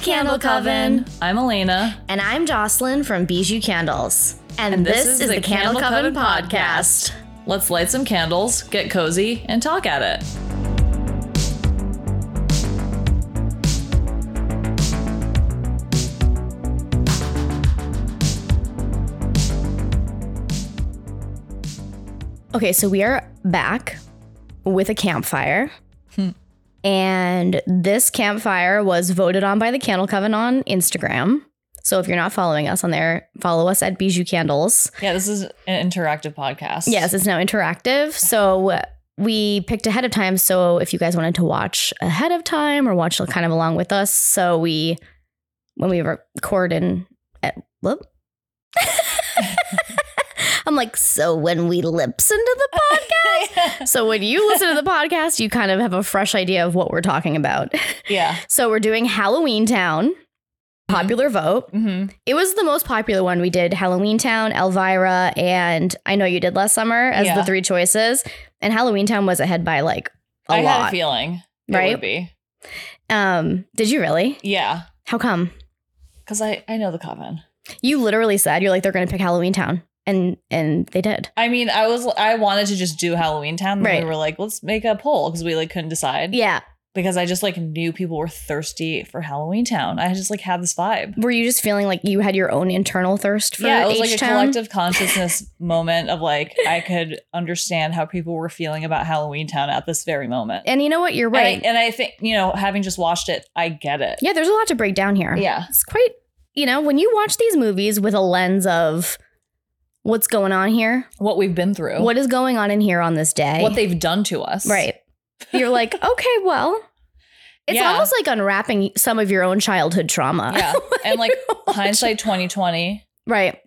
Candle Coven. I'm Elena. And I'm Jocelyn from Bijou Candles. And, this, is, the Candle, Coven, podcast. Let's light some candles, get cozy, and talk at it. Okay, so we are back with a campfire. Hmm. and this campfire was voted on by the Candle Coven on Instagram. So if you're not following us on there, follow us at Bijou Candles. Yeah, this is an interactive podcast. Yes, it's now interactive. So we picked ahead of time. So if you guys wanted to watch ahead of time or watch kind of along with us, so we, when we record and, uh, whoop. I'm like, so when we lips into the podcast. So when you listen to the podcast, you kind of have a fresh idea of what we're talking about. yeah. So we're doing Halloween Town, popular vote. hmm It was the most popular one we did Halloween Town, Elvira, and I know you did last summer as Yeah. the three choices. And Halloween Town was ahead by like a I had a lot. feeling. It Right? would be. um, did you really? Yeah. How come? Because I, I know the coven. You literally said you're like they're going to pick Halloween Town, and and they did. I mean, I was I wanted to just do Halloween Town. And Right. We were like, let's make a poll because we like couldn't decide. Yeah. Because I just like knew people were thirsty for Halloween Town. I just like had this vibe. Were you just feeling like you had your own internal thirst for yeah, it was like a H-Town? collective consciousness moment of like I could understand how people were feeling about Halloween Town at this very moment. And you know what? You're And I- right. And I, think, you know, having just watched it, I get it. Yeah, there's a lot to break down here. Yeah. It's quite, you know, when you watch these movies with a lens of what's going on here, What we've been through, what is going on in here on this day. what they've done to us. right. You're like, okay, well, it's Yeah. almost like unwrapping some of your own childhood trauma. Yeah. and like hindsight 2020, Right.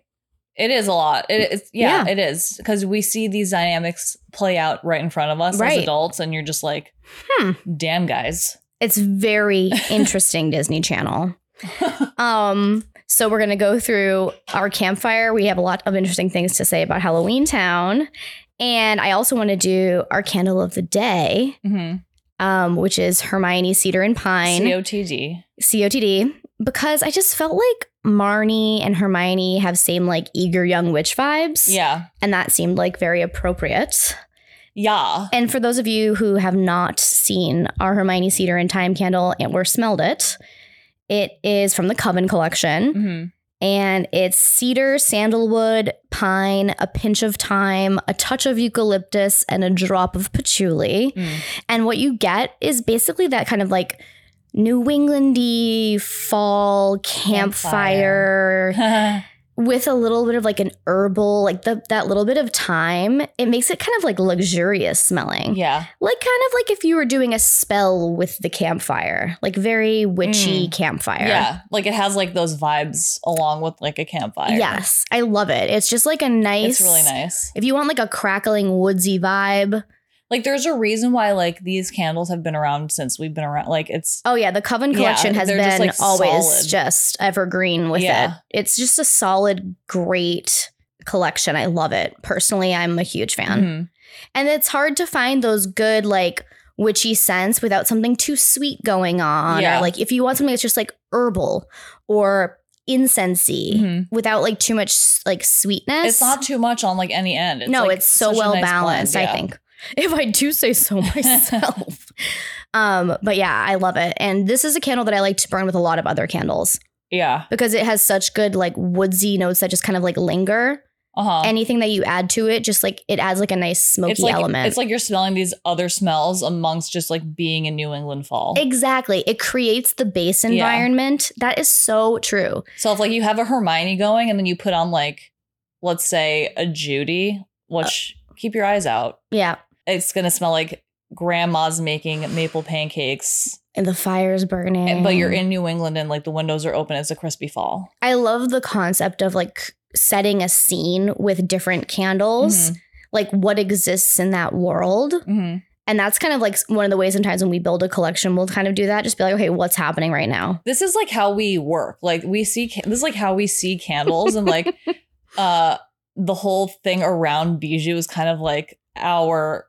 it is a lot. It is, yeah, Yeah. it is. Because we see these dynamics play out right in front of us Right. as adults, and you're just like, Hmm. damn, guys. It's very interesting, Disney Channel. Um, so we're gonna go through our campfire. We have a lot of interesting things to say about Halloween Town. And I also want to do our candle of the day. hmm um, which is Hermione Cedar and Pine, COTD. COTD, because I just felt like Marnie and Hermione have same like eager young witch vibes. Yeah. And that seemed like very appropriate. Yeah. And for those of you who have not seen our Hermione Cedar and Time Candle and or smelled it, it is from the Coven collection hmm and it's cedar, sandalwood, pine, a pinch of thyme, a touch of eucalyptus, and a drop of patchouli. Mm. And what you get is basically that kind of like New Englandy fall campfire, Mm. with a little bit of like an herbal, like the, that little bit of thyme. It makes it kind of like luxurious smelling, yeah. like kind of like if you were doing a spell with the campfire, like very witchy campfire. Mm. Yeah. Like it has like those vibes along with like a campfire. Yes, I love it. It's just like a nice. It's really nice. If you want like a crackling woodsy vibe, Like there's a reason why like these candles have been around since we've been around. Like it's oh yeah, the Coven Yeah, collection has they're been just, like, always solid. just evergreen with Yeah. it. It's just a solid, great collection. I love it. Personally, I'm a huge fan. Mhm. And it's hard to find those good like witchy scents without something too sweet going on. Yeah. Or like if you want something that's just like herbal or incensey Mhm. without like too much like sweetness. it's not too much on like any end. no, like, it's so such a well nice blend, balanced, yeah. I think. If I do say so myself. um, but yeah, I love it. And this is a candle that I like to burn with a lot of other candles Yeah. because it has such good like woodsy notes that just kind of like linger. Uh huh. Anything that you add to it, just like it adds like a nice smoky it's like element. it's like you're smelling these other smells amongst just like being in New England fall. exactly. It creates the base Yeah. environment. That is so true. so if like you have a Hermione going and then you put on like let's say a Judy, which Uh, keep your eyes out. Yeah. It's gonna smell like grandma's making maple pancakes And the fire's burning. And- but you're in New England and like the windows are open. It's a crispy fall. I love the concept of like setting a scene with different candles, Mm-hmm. like what exists in that world. Mhm. And that's kind of like one of the ways sometimes when we build a collection, we'll kind of do that. Just be like, okay, what's happening right now? This is like how we work. Like we see ca- this is like how we see candles and like uh the whole thing around bijou is kind of like our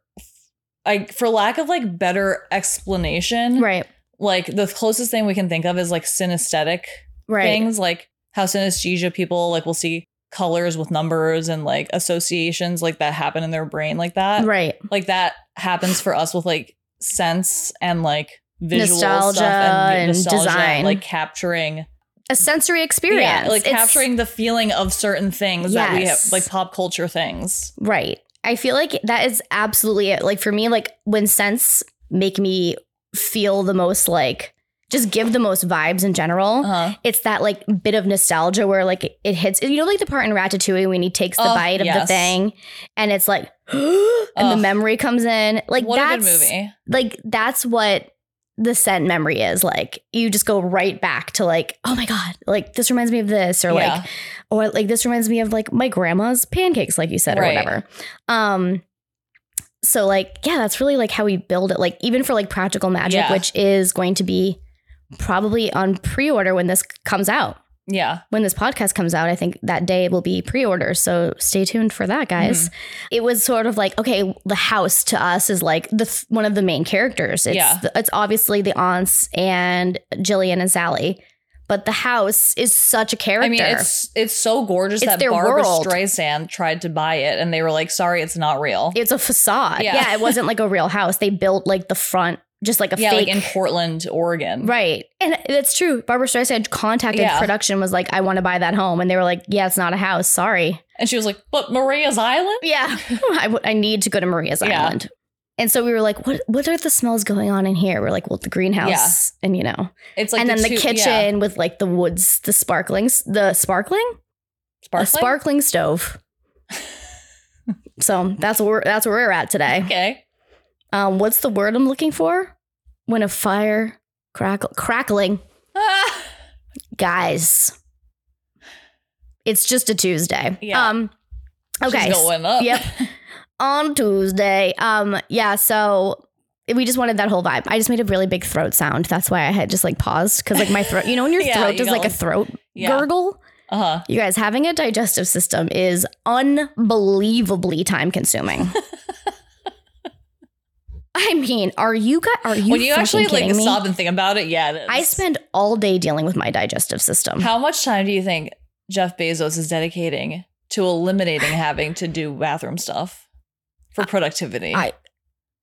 like for lack of like better explanation, Right. like the closest thing we can think of is like synesthetic right. things, like how synesthesia people like will see colors with numbers and like associations like that happen in their brain like that. Right. Like that happens for us with like sense and like visual Nostalgia stuff and, and design. like capturing A sensory experience. Yeah, like It's- capturing the feeling of certain things that we have, Yes. like pop culture things. Right. I feel like that is absolutely it. Like for me, like when scents make me feel the most like just give the most vibes in general. Uh-huh. It's that like bit of nostalgia where like it, it hits you know like the part in Ratatouille when he takes the Oh, bite of the yes. thing and it's like and the Ugh. memory comes in. Like what a that's good movie. like that's what the scent memory is like you just go right back to like oh my god like this reminds me of this or like Yeah. or like this reminds me of like my grandma's pancakes like you said or Right. whatever um so like yeah that's really like how we build it like even for like practical magic Yeah. which is going to be probably on pre-order when this comes out yeah. when this podcast comes out i think that day will be pre-order so stay tuned for that guys Mm-hmm. it was sort of like okay the house to us is like the th- one of the main characters it's Yeah. it's obviously the aunts and jillian and sally but the house is such a character I mean, it's it's so gorgeous It's that their Barbara world. Streisand tried to buy it, and they were like, "Sorry, it's not real." It's a facade. Yeah. Yeah. it wasn't like a real house. They built like the front, just like a yeah, fake. like in Portland, Oregon. right. And that's true. Barbara Streisand contacted Yeah. production, was like, I want to buy that home. And they were like, yeah, it's not a house. Sorry. And she was like, "But Maria's Island." Yeah. I, w- I need to go to Maria's Yeah. Island. And so we were like, what, what are the smells going on in here? We're like, well, the greenhouse. And, you know, It's like and then the two- kitchen yeah, with like the woods, the sparklings, the sparkling, the sparkling sparkling? stove. so that's where we're, that's where we're at today. Okay, Um, what's the word I'm looking for? When a fire crackle crackling, Ah, guys. It's just a Tuesday. Yeah. Um she's okay. s- going up. Yep. On Tuesday. Um yeah, so we just wanted that whole vibe. I just made a really big throat sound. That's why I had just like paused cuz like my throat, you know when your Yeah, throat you does got, like a like- throat yeah. gurgle? Uh huh. You guys, having a digestive system is unbelievably time consuming. I mean, are you guys are you, When you fucking actually kidding like me? stop and think about it, yeah, it is. I spend all day dealing with my digestive system. How much time do you think Jeff Bezos is dedicating to eliminating having to do bathroom stuff for productivity? I-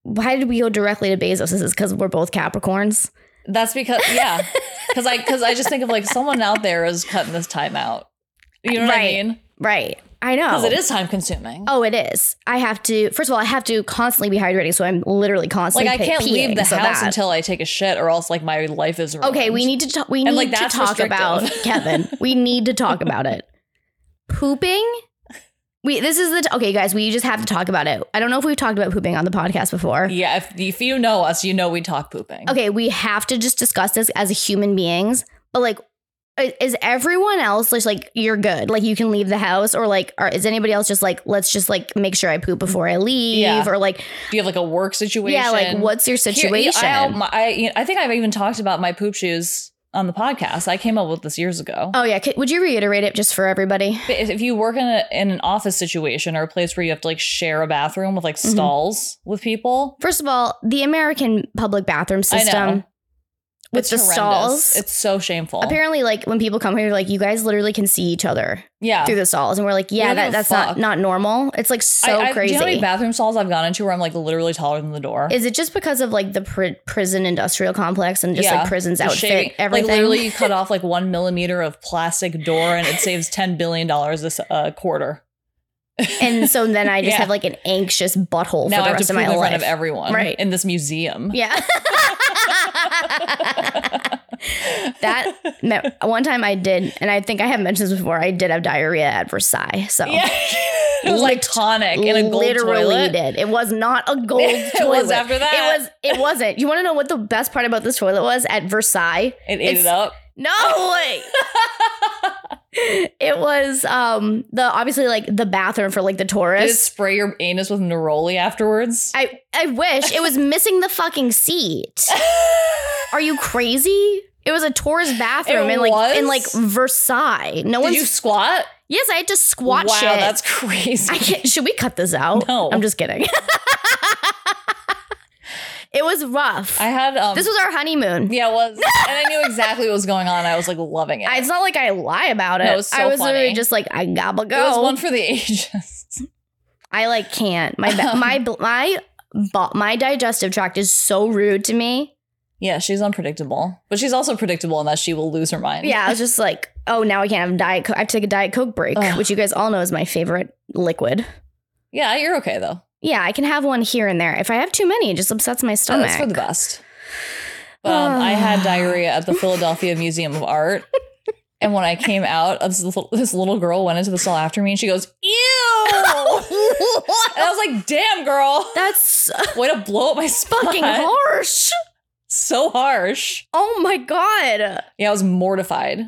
Why did we go directly to Bezos? Is this because we're both Capricorns? That's because yeah, because I because I just think of like someone out there is cutting this time out. You know what Right. I mean? Right. I know. Because it is time consuming. Oh, it is. I have to. First of all, I have to constantly be hydrating, so I'm literally like constantly. I pe- can't leave peeing, the so house that- until I take a shit, or else like my life is ruined. Okay, we need to talk. We need And, like, to that's talk about restrictive. Kevin. We need to talk about it. Pooping. We. This is the. T- okay, guys. We just have to talk about it. I don't know if we've talked about pooping on the podcast before. Yeah, if, if you know us, you know we talk pooping. okay, we have to just discuss this as human beings, but like, i- is everyone else just like you're good, like you can leave the house, or like, or is anybody else just like let's just like make sure I poop before I leave, Yeah. or like, Do you have like a work situation? yeah, like what's your Here- situation? I, my- I, you know, I think I've even talked about my poop shoes on the podcast. I came up with this years ago. oh yeah, could, would you reiterate it just for everybody? But if if you work in, a, in an office situation or a place where you have to like share a bathroom with like Mhm. stalls with people, First of all, the American public bathroom I know. system with it's the horrendous. stalls. it's so shameful. Apparently, like when people come here, like you guys literally can see each other yeah. through the stalls, and we're like, yeah, don't that, give a that's fuck. not not normal. It's like so I- I- crazy. Do you know how many bathroom stalls I've gone into where I'm like literally taller than the door? Is it just because of like the pr- prison industrial complex and just Yeah. like prisons The outfit shaving- everything? Like literally, you cut off like one millimeter of plastic door, and it saves ten billion dollars this uh, quarter. and so then I just Yeah. have like an anxious butthole now for the I have to rest of poop my in front life. of everyone Right. in this museum. yeah. that meant one time I did, and I think I have mentioned this before. I did have diarrhea at Versailles, so Yeah. it was like Lit- tonic in a gold literally toilet. did. It was not a gold It toilet. was after that. It was. It wasn't. You want to know what the best part about this toilet was at Versailles? It ate It's- it up. No way. it was um the obviously like the bathroom for like the Did it tourists. spray your anus with neroli afterwards? I I wish it was missing the fucking seat. Are you crazy? It was a tourist bathroom It in like was? in like Versailles. No Did one's you squat? yes. I had to squat wow, shit. that's crazy. I can't. Should we cut this out? No. I'm just kidding. it It was rough. I had um this was our honeymoon. yeah, it was and I knew exactly what was going on. I was like loving it. I- It's not like I lie about it. No, it was so I was funny. literally just like I gobble it was go. one for the ages. I like can't. My ba- my bl- my bo- my digestive tract is so rude to me. Yeah, she's unpredictable, but she's also predictable in that she will lose her mind. Yeah, I was just like, oh, now I can't have diet. Coke. I have to take a diet coke break, Ugh. which you guys all know is my favorite liquid. yeah, you're okay though. Yeah, I can have one here and there. If I have too many, it just upsets my And stomach. Oh, that's for the best. Um, I had diarrhea at the Philadelphia Museum of Art. And when I came out, this little, this little girl went into the stall after me and she goes, Ew! and I was like, Damn, girl. That's Way to blow up my spot. fucking harsh. So harsh. Oh my god. Yeah, I was mortified.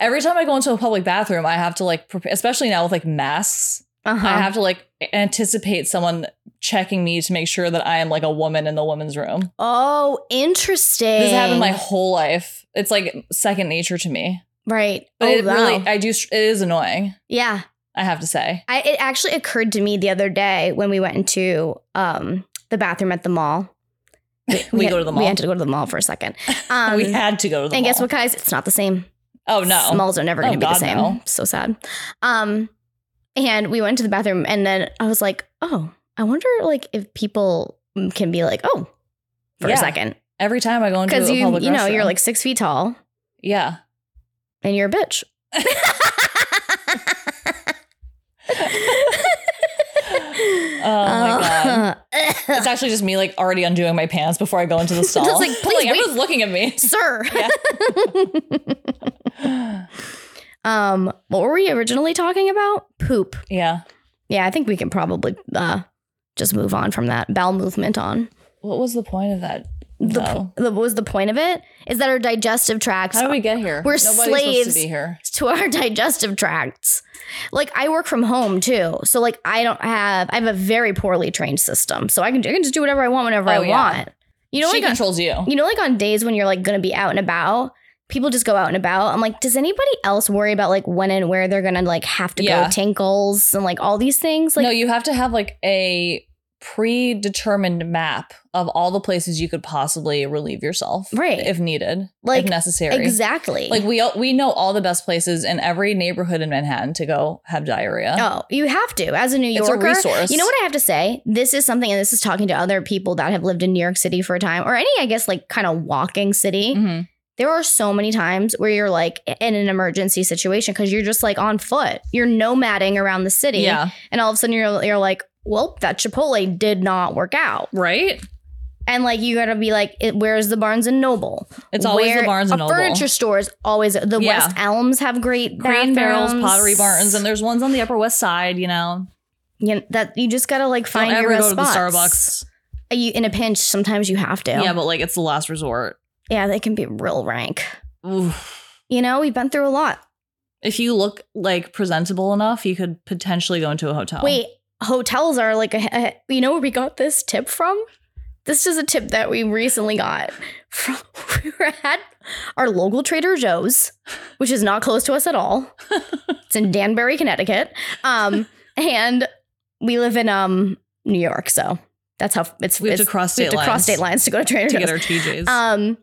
Every time I go into a public bathroom, I have to like, prepare, especially now with like masks, Uh I huh. have to like anticipate someone checking me to make sure that I am like a woman in the women's room. Oh, interesting. This has happened my whole life. It's like second nature to me. right. But oh it wow. really, I do. It is annoying. yeah. I have to say. I, it actually occurred to me the other day when we went into um, the bathroom at the mall. We go to the We mall. had to go to the mall for a second. Um, we had to go to the. and guess mall. what, guys? It's not the same. Oh no! Malls are never Oh, going to be God, the same. no. So sad. Um, and we went to the bathroom, and then I was like, oh, I wonder like if people can be like, oh, for Yeah. a second, Every time I go into because a you public you know you're restroom. like six feet tall yeah. and you're a bitch. Oh my god! Uh, It's actually just me like already undoing my pants before I go into the stall. Just like, please wait. everyone's looking at me. sir. Yeah. um, what were we originally talking about? Poop. yeah. Yeah, I think we can probably uh just move on from that bowel movement on. What was the point of that? The, No. po- the what was the point of it? Is that our digestive tracts How did we get here? We're Nobody's slaves. supposed to be here. to our digestive tracts. Like I work from home too. So like I don't have I have a very poorly trained system. So I can, I can just do whatever I want whenever Oh, I yeah. want. You know she like on- controls you. you know like on days when you're like going to be out and about, people just go out and about. I'm like, does anybody else worry about like when and where they're going to like have to Yeah. go tinkles and like all these things? Like no, you have to have like a predetermined map of all the places you could possibly relieve yourself, Right. If needed, Like, if necessary, exactly. Like we all, we know all the best places in every neighborhood in Manhattan to go have diarrhea. Oh, you have to as a New It's a Yorker. resource. You know what I have to say? This is something, and this is talking to other people that have lived in New York City for a time, or any, I guess, like kind of walking city. Mhm. There are so many times where you're like in an emergency situation because you're just like on foot. You're nomading around the city, Yeah. and all of a sudden you're you're like, well, that Chipotle did not work out, Right. and like you gotta be like, it, where's the Barnes and Noble? It's always Where- the Barnes and a Noble. Furniture store is always the Yeah. West Elms have great Green Barrels, bathrooms. Pottery Barns, and there's ones on the Upper West Side. You know, you know, that you just gotta like find don't ever your go best to the spots. Uh, Starbucks. You in a pinch, sometimes you have to. Yeah. but like it's the last resort. yeah, they can be real rank. Oof. You know, we've been through a lot. If you look like presentable enough, you could potentially go into a hotel. Wait, hotels are like a, a- you know where we got this tip from? This is a tip that we recently got from we were at our local Trader Joe's, which is not close to us at all. it's in Danbury, Connecticut. Um, and we live in um New York, so that's how it's we have to it's- cross we state have to lines cross state lines to go to Trader to Joe's. get our TJs. Um,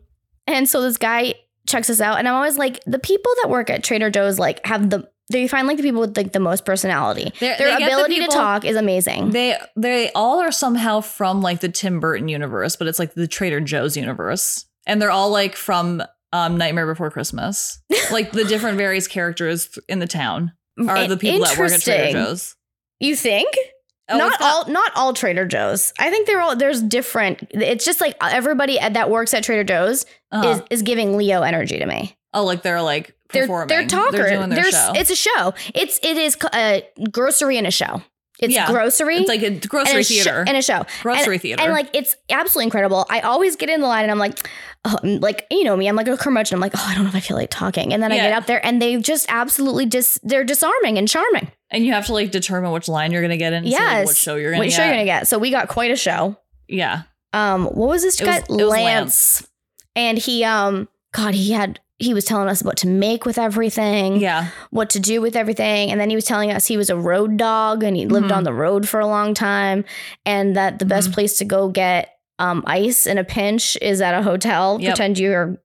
and so this guy checks us out, and I'm always like, the people that work at Trader Joe's like have the they find like the people with like the most personality. They're- Their they get the ability people- to talk is amazing. They they all are somehow from like the Tim Burton universe, but it's like the Trader Joe's universe, and they're all like from um, Nightmare Before Christmas. like the different various characters th- in the town are I- the people that work at Trader interesting. Joe's. You think? Oh, not it's got- all not all Trader Joe's. I think they're all there's different. It's just like everybody at, that works at Trader Joe's uh-huh. is is giving Leo energy to me. oh, like they're like They're performing. they're talker. They're doing their There's- show. It's It's, a show. It's it is a grocery and a show. It's Yeah. grocery. like a and grocery a sho- theater. and a show. grocery theater. And like it's absolutely incredible. I always get in the line and I'm like, oh, I'm like you know me, I'm like a curmudgeon. I'm like, oh, I don't know if I feel like talking. And then I Yeah. get up there and they just absolutely dis they're disarming and charming. and you have to like determine which line you're gonna get in. Yes. Like, what Yes. show you're gonna What get. show you're gonna get? So we got quite a show. yeah. Um, what was this It was- guy? it was Lance. And he um, God, he had he was telling us what to make with everything, Yeah. what to do with everything, and then he was telling us he was a road dog and he lived Mhm. Mm-hmm. on the road for a long time, and that the best place to go get Um, ice in a pinch is at a hotel. Yep. Pretend you're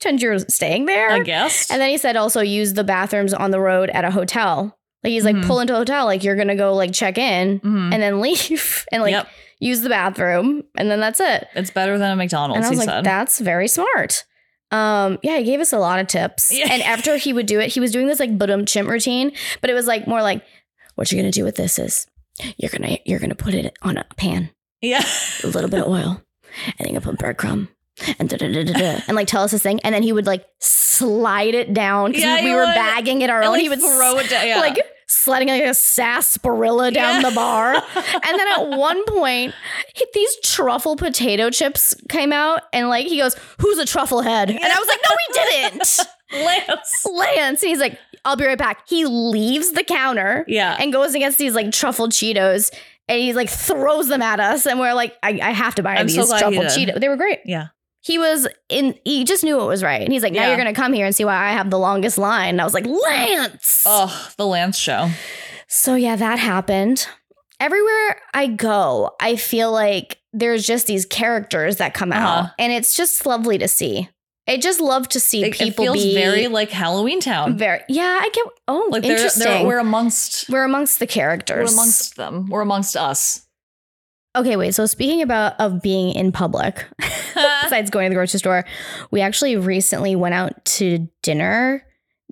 pretend you're staying there. I guess. And then he said also use the bathrooms on the road at a hotel. Like he's like Mhm. pull into a hotel, like you're gonna go like check in Mhm. and then leave and like yep, use the bathroom and then that's it. it's better than a McDonald's. And I was he like, said. that's very smart. Um, yeah, he gave us a lot of tips. Yeah. And after he would do it, he was doing this like budum chimp routine, but it was like more like, what you're gonna do with this is you're gonna you're gonna put it on a pan, yeah, a little bit of oil, and then you put breadcrumb. And, da, da, da, da, da, and like tell us this thing, and then he would like slide it down because Yeah, we he were would. bagging it our And, own. like, he would throw it down. Yeah. like sliding like a sarsaparilla down Yeah. the bar. And then at one point, he- these truffle potato chips came out, and like he goes, "Who's a truffle head?" And I was like, "No, we didn't." Lance. Lance, and he's like, "I'll be right back." He leaves the counter Yeah, and goes and gets these like truffle Cheetos, and he like throws them at us, and we're like, "I, I have to buy I'm so these glad he truffle did. Cheetos." They were great. yeah. He was in. He just knew it was right, and he's like, "Now Yeah. you're gonna come here and see why I have the longest line." And I was like, "Lance." Oh, the Lance show. So yeah, that happened. Everywhere I go, I feel like there's just these characters that come Uh-huh. out, and it's just lovely to see. I just love to see It, it people feels be very like Halloween Town. very- yeah. I get oh, Like they're, interesting. they're we're, we're amongst amongst the we're characters. amongst them. We're amongst us. okay, wait. So speaking about of being in public, besides going to the grocery store, we actually recently went out to dinner,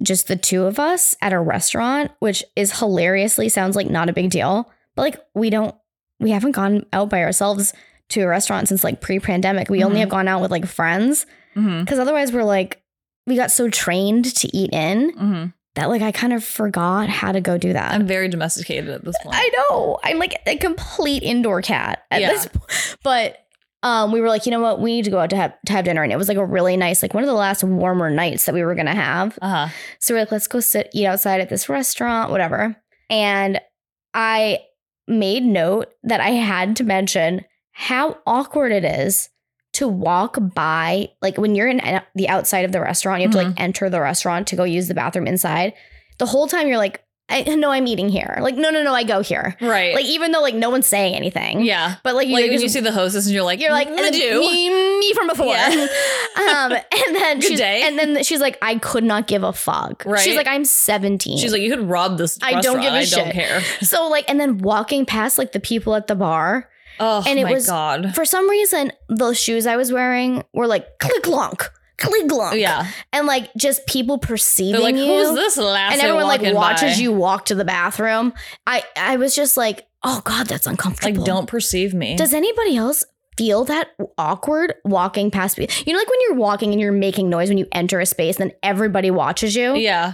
just the two of us at a restaurant, which is hilariously sounds like not a big deal. But like we don't we haven't gone out by ourselves to a restaurant since like pre-pandemic. We only Mhm. have gone out with like friends Mhm. cuz otherwise we're like we got so trained to eat in Mhm. that like I kind of forgot how to go do that. I'm very domesticated at this point. I know. I'm like a complete indoor cat at Yeah. this point. But um, we were like, you know what? We need to go out to have, to have dinner. And it was like a really nice, like one of the last warmer nights that we were going to have. uh huh. So we're like, let's go sit, eat outside at this restaurant, whatever. And I made note that I had to mention how awkward it is to walk by, like when you're in a- the outside of the restaurant, you have to like enter the restaurant to go use the bathroom inside. The whole time you're like, I know I'm eating here. Like, no, no, no, I go here. Right. Like, even though like no one's saying anything. yeah. But like, Like you're, when you just- see the hostess and you're like, "Mm, you're like, and I then do. me, me from before. Yeah. Um, and then Good she's, day. and then she's like, I could not give a fuck. Right. She's like, I'm 17. She's like, you could rob this. I don't restaurant. give a I don't shit. care. so like, and then walking past like the people at the bar. Oh And it my was- god. For some reason, those shoes I was wearing were like click clonk, click clonk. Yeah. And like just people perceiving They're like, you. who's this last? and everyone like watches you walk to the bathroom. I I was just like, oh god, that's Like, uncomfortable. don't perceive me. Does anybody else feel that awkward walking past people? You know, like when you're walking and you're making noise when you enter a space, then everybody watches you. yeah.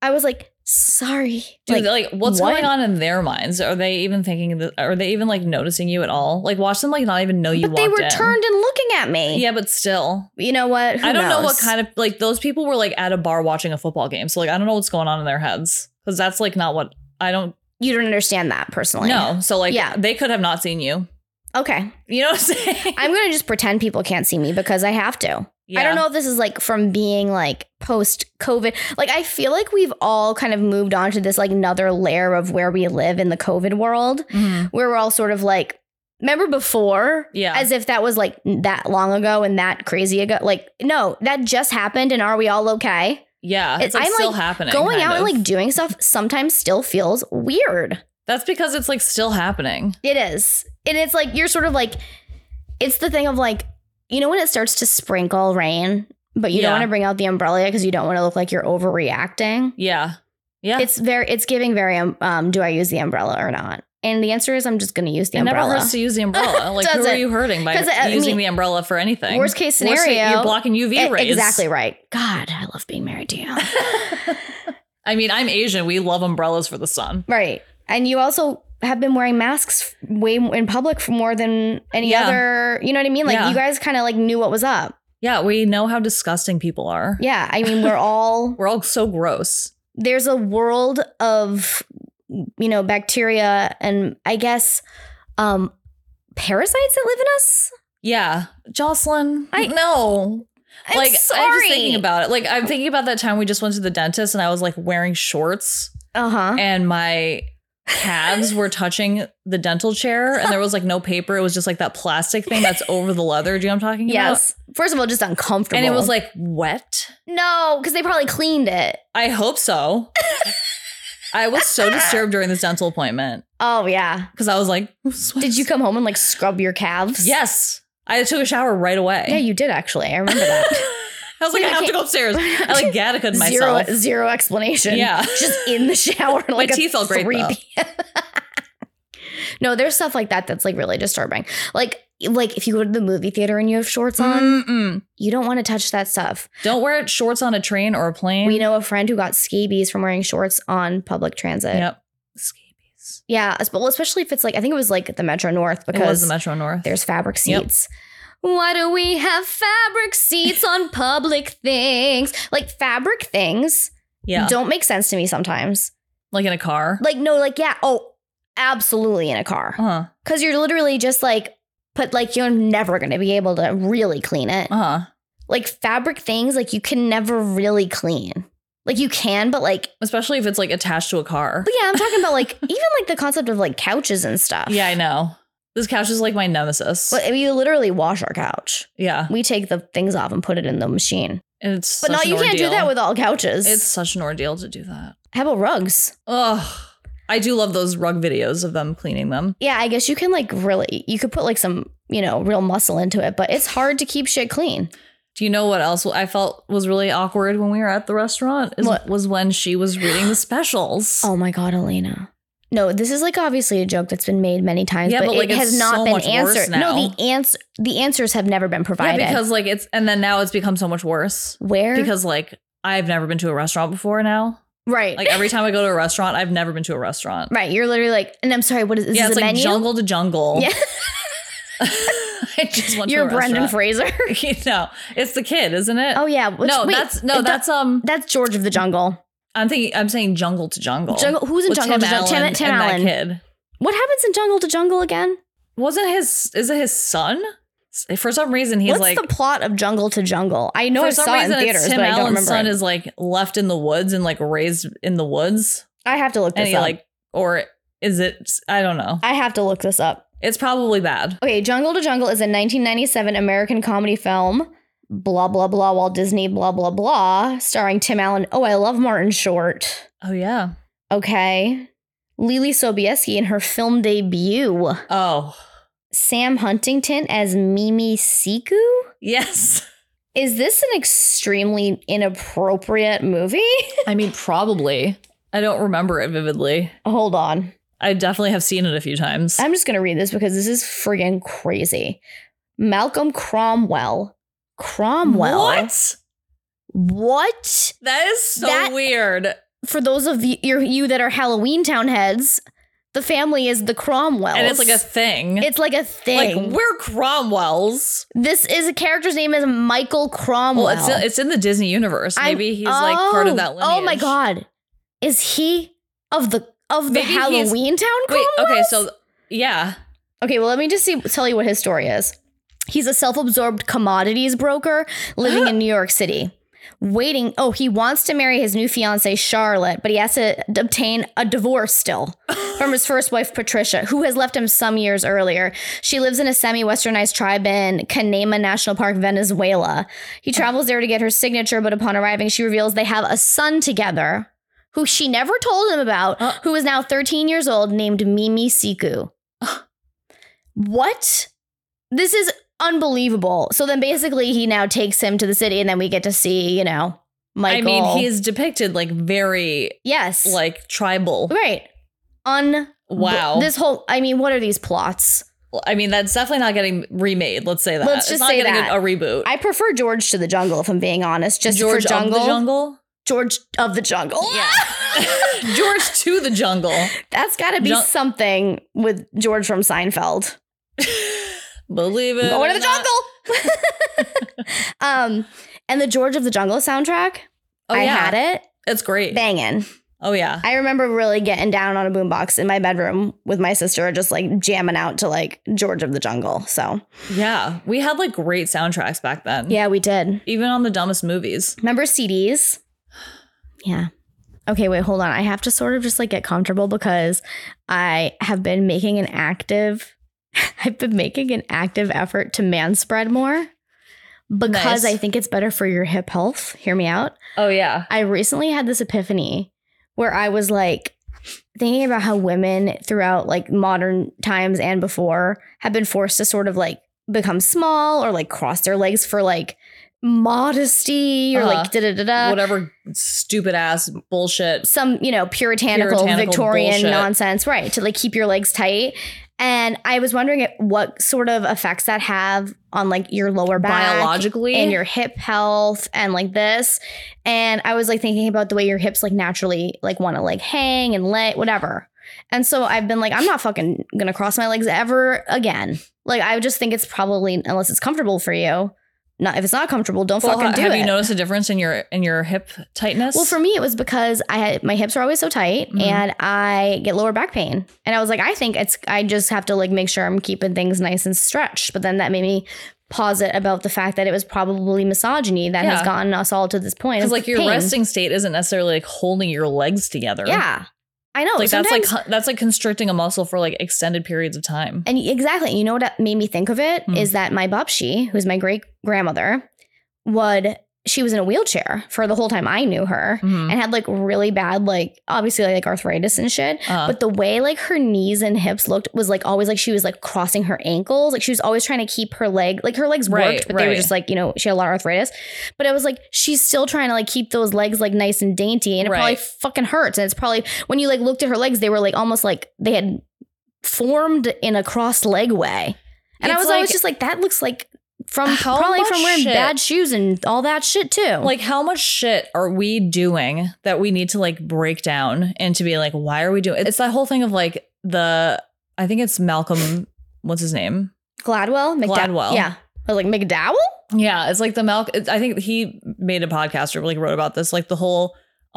I was like, sorry. Dude, Like, like, what's what? going on in their minds? Are they even thinking? That, are they even like noticing you at all? Like, watch them like not even know you. but they walked were in. turned and looking at me. Yeah, but still, You know what? Who I don't know what knows? kind of like those people were like at a bar watching a football game. So like, I don't know what's going on in their heads because that's like not what I don't You don't understand that personally. know. So like, Yeah. they could have not seen you. Okay. You know what I'm saying? I'm going to just pretend people can't see me because I have to. I Yeah. don't know if this is like from being like post COVID. Like, I feel like we've all kind of moved on to this like another layer of where we live in the COVID world. Mhm. where we're all sort of like, remember before? Yeah. As if that was like that long ago and that crazy ago. Like, no, that just happened. And are we all okay? Yeah, It- it's like I'm, still like, happening. Going kind out of. and like doing stuff sometimes still feels weird. that's because it's like still happening. It is. And it's like, you're sort of like, it's the thing of like, you know, when it starts to sprinkle rain, but you Yeah. don't want to bring out the umbrella because you don't want to look like you're overreacting. Yeah, yeah. It's very, it's giving very, um, um, do I use the umbrella or not? And the answer is I'm just going to use the it umbrella. never hurts to use the umbrella. Like, who are Doesn't. you hurting by 'Cause, uh, I using mean, the umbrella for anything? worst case Worst case, scenario- you're blocking UV E- rays. Exactly right. God, I love being married to you. I mean, I'm Asian. We love umbrellas for the sun. right. And you also have been wearing masks f- way m- in public for more than any Yeah. other, you know what I mean? Like Yeah. you guys kind of like knew what was up. Yeah, we know how disgusting people are. Yeah. I mean, we're all, We're all so gross. there's a world of, you know, bacteria and I guess, um, parasites that live in us. Yeah, Jocelyn. I- know. I'm like sorry. I'm just thinking about it. Like I'm Uh-huh. thinking about that time we just went to the dentist and I was like wearing shorts uh huh. and my calves were touching the dental chair and there was like no paper. It was just like that plastic thing that's over the leather. Do you know what I'm talking about? Yes. First of all, just uncomfortable. And it was like wet. no, because they probably cleaned it. I hope so. I was so disturbed during this dental appointment Oh yeah. because I was like, Did you come home and like scrub your calves? Yes. I took a shower right away. Yeah, you did actually. I remember that. I was like, Yeah, I I have to can't- go upstairs. I like Gattaca zero myself. zero explanation. Yeah. Just in the shower. Like a teeth felt great, three though. p.m. no, there's stuff like that that's like really disturbing. Like like if you go to the movie theater and you have shorts Mm-hmm. on, Mm-mm. you don't want to touch that stuff. Don't wear shorts on a train or a plane. We know a friend who got scabies from wearing shorts on public transit. Yep. Scabies. Yeah, es- well, especially if it's like I think it was like the Metro North It was because the Metro North. there's fabric Yep. seats. Why do we have fabric seats on public things? Like fabric things yeah. don't make sense to me sometimes. Like in a car. Like no, like yeah, oh, absolutely in a car Uh-huh. because you're literally just like, but like you're never gonna be able to really clean it. Uh-huh. Like fabric things, like you can never really clean. Like you can, but like Especially if it's like attached to a car. But yeah, I'm talking about like even like the concept of like couches and stuff. Yeah, I know. This couch is like my nemesis. But we literally wash our couch. yeah. We take the things off and put it in the machine. And It's But no, such you an can't do ordeal. that with all couches. It's such an ordeal to do that. How about rugs? Ugh. I do love those rug videos of them cleaning them. Yeah, I guess you can like really you could put like some, you know, real muscle into it, but it's hard to keep shit clean. Do you know what else I felt was really awkward when we were at the restaurant? Is, What? Was when she was reading the specials. Oh my god, Elena. No, this is like obviously a joke that's been made many times, Yeah, but, but, like, it it's has not so been much worse answered. No, now. the ans- the answers have never been yeah, provided. because like it's and then now it's become so much worse where because like I've never been to a restaurant before now. right, Like every time I go to a restaurant, I've never been to a restaurant. right, you're literally like, and I'm sorry, what is, is yeah, this it's a like menu? jungle to jungle. Yeah. I just want You're to a Brendan restaurant. Fraser. no, it's the kid, isn't it? Oh yeah. Which- no, wait, that's no, the- that's um. that's George of the Jungle. I'm thinking. I'm saying jungle to jungle. Jungle. Who's in With Jungle Tim to Jungle? Tim, Allen Tim and Allen. That kid. What happens in Jungle to Jungle again? Wasn't his? Is it his son? For some reason, he's What's like. the plot of Jungle to Jungle? I know for I some saw it in reason, it's theaters, Tim but I don't Allen's remember. son it. is like left in the woods and like raised in the woods, I have to look and this he up. like, or is it? I don't know. I have to look this up. It's probably bad. Okay, Jungle to Jungle is a 1997 American comedy film. Blah blah blah. Walt Disney. Blah blah blah. Starring Tim Allen. Oh, I love Martin Short. Oh yeah. Okay. Lily Sobieski in her film debut. Oh Sam Huntington as Mimi Siku. yes. Is this an extremely inappropriate movie? I mean, probably. I don't remember it vividly. Hold on. I definitely have seen it a few times. I'm just going to read this because this is friggin' crazy. Malcolm Cromwell. Cromwell? What? What? That is so That- weird. For those of you, your- you that are Halloween Town heads, the family is the Cromwells. And it's like a thing. It's like a thing. Like we're Cromwells. this is a character's name is Michael Cromwell. Well, it's it's in the Disney universe. I'm- Maybe he's like part Oh, of that lineage. Oh my god. Is he of the of the Maybe he's- Halloween Town Wait. Cromwell? Okay. So yeah. Okay, well, let me just see, tell you what his story is. He's a self absorbed commodities broker living in New York City. Waiting. Oh, he wants to marry his new fiancee, Charlotte, but he has to d- obtain a divorce still from his first wife, Patricia, who has left him some years earlier. She lives in a semi westernized tribe in Canema National Park, Venezuela. He travels there to get her signature, but upon arriving, she reveals they have a son together who she never told him about, Uh. who is now 13 years old, named Mimi Siku. What? This is unbelievable. So then basically he now takes him to the city and then we get to see, you know, Michael. I mean, he is depicted like very Yes. like tribal. right. Un Wow. This whole I mean, what are these plots? I mean, that's definitely not getting remade. Let's say that. Let's just it's not say getting that. a, a reboot. I prefer George to the jungle if I'm being honest. Just George for jungle. of the jungle. George of the jungle. Yeah. George to the jungle. That's gotta be Jun- something with George from Seinfeld. Believe it. Going to the or not. jungle. um and the George of the Jungle soundtrack. Oh I yeah, had it. it's great. Bangin'. Oh yeah, I remember really getting down on a boombox in my bedroom with my sister, just like jamming out to like George of the Jungle. So, yeah. We had like great soundtracks back then. yeah, we did. Even on the dumbest movies. Remember CDs? Yeah. Okay, wait, hold on. I have to sort of just like get comfortable because I have been making an active I've been making an active effort to man spread more because Nice. I think it's better for your hip health. Hear me out. Oh yeah. I recently had this epiphany where I was like thinking about how women throughout like modern times and before have been forced to sort of like become small or like cross their legs for like modesty or Uh-huh. like da da da da Whatever stupid ass bullshit. some you know puritanical, Puritanical Victorian bullshit. nonsense, right? To like keep your legs tight. And I was wondering eh, what sort of effects that have on like your lower back, biologically and your hip health and like this. And I was like thinking about the way your hips like naturally like want to like hang and lay whatever. And so I've been like, I'm not fucking gonna cross my legs ever again. Like I just think it's probably unless it's comfortable for you. Not if it's not comfortable, don't Well, fucking ha- do have it. you noticed a difference in your in your hip tightness? well, for me, it was because I had my hips are always so tight, Mhm. and I get lower back pain. And I was like, I think it's I just have to like make sure I'm keeping things nice and stretched. But then that made me pause it about the fact that it was probably misogyny that has Yeah. gotten us all to this point. because of like your pain. resting state isn't necessarily like holding your legs together. Yeah, I know. like that's like Sometimes- hu- that's like constricting a muscle for like extended periods of time. And exactly, you know what made me think of it is Hmm. that my babshi, who's my great grandmother, would she was in a wheelchair for the whole time I knew her Mhm. and had like really bad like obviously like arthritis and shit. Uh, But the way like her knees and hips looked was like always like she was like crossing her ankles. Like she was always trying to keep her leg like her legs Right, worked, but they were right. just like, you know, she had a lot of arthritis. But it was like she's still trying to like keep those legs like nice and dainty. And it probably Right. fucking hurts. And it's probably when you like looked at her legs, they were like almost like they had formed in a crossed leg way. And I It's was always like- just like, that looks like from How probably much from wearing shit- bad shoes and all that shit too. like how much shit are we doing that we need to like break down and to be like why are we doing it's that whole thing of like the I think it's Malcolm what's his name Gladwell, McDowell. Gladwell. Yeah. I was like, McDowell? Yeah, it's like the milk. I think he made a podcast or like wrote about this, like the whole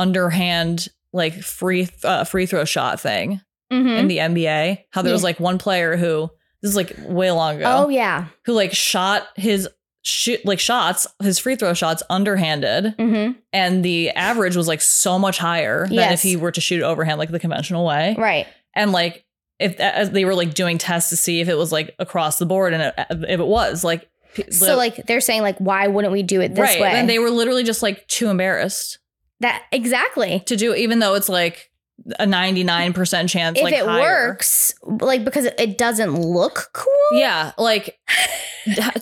underhand like free uh, free throw shot thing Mm-hmm. in the NBA. How there was Yeah. like one player who this is like way long ago, Oh yeah. who like shot his shoot like shots his free throw shots underhanded, Mm-hmm. and the average was like so much higher than Yes. Mm-hmm. if he were to shoot overhand like the conventional way, Right. and like. If that, as they were like doing tests to see if it was like across the board and it, if it was like p- So the- like they're saying like why wouldn't we do it this right. way? And they were literally just like too embarrassed that exactly. to do, it, even though it's like a 99% chance. if like it higher. works, like because it doesn't look cool. Yeah. Like,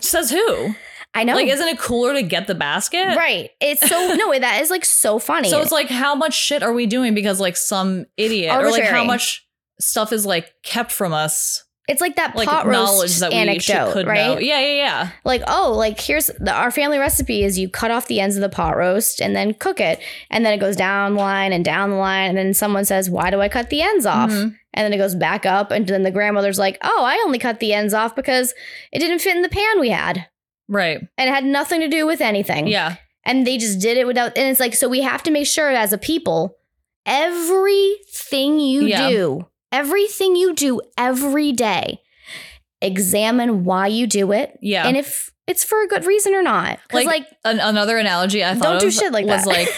says who? I know. Like, isn't it cooler to get the basket? right. It's so no, that is like so funny. So it's like, how much shit are we doing because like some idiot or like how Arbitrary. much stuff is like kept from us it's like that like pot knowledge roast that we should- anecdote, could right? know yeah yeah yeah Like, oh, like here's the, our family recipe is you cut off the ends of the pot roast and then cook it. And then it goes down the line and down the line. And then someone says, Why do I cut the ends off? Mhm. And then it goes back up. And then the grandmother's like, Oh, I only cut the ends off because it didn't fit in the pan we had. right and it had nothing to do with anything. yeah And they just did it without, and it's like, so we have to make sure as a people, everything you Yeah. do, everything you do every day, examine why you do it yeah and if it's for a good reason or not. Because, like, Like- An- another analogy I thought Don't do of shit like was that. like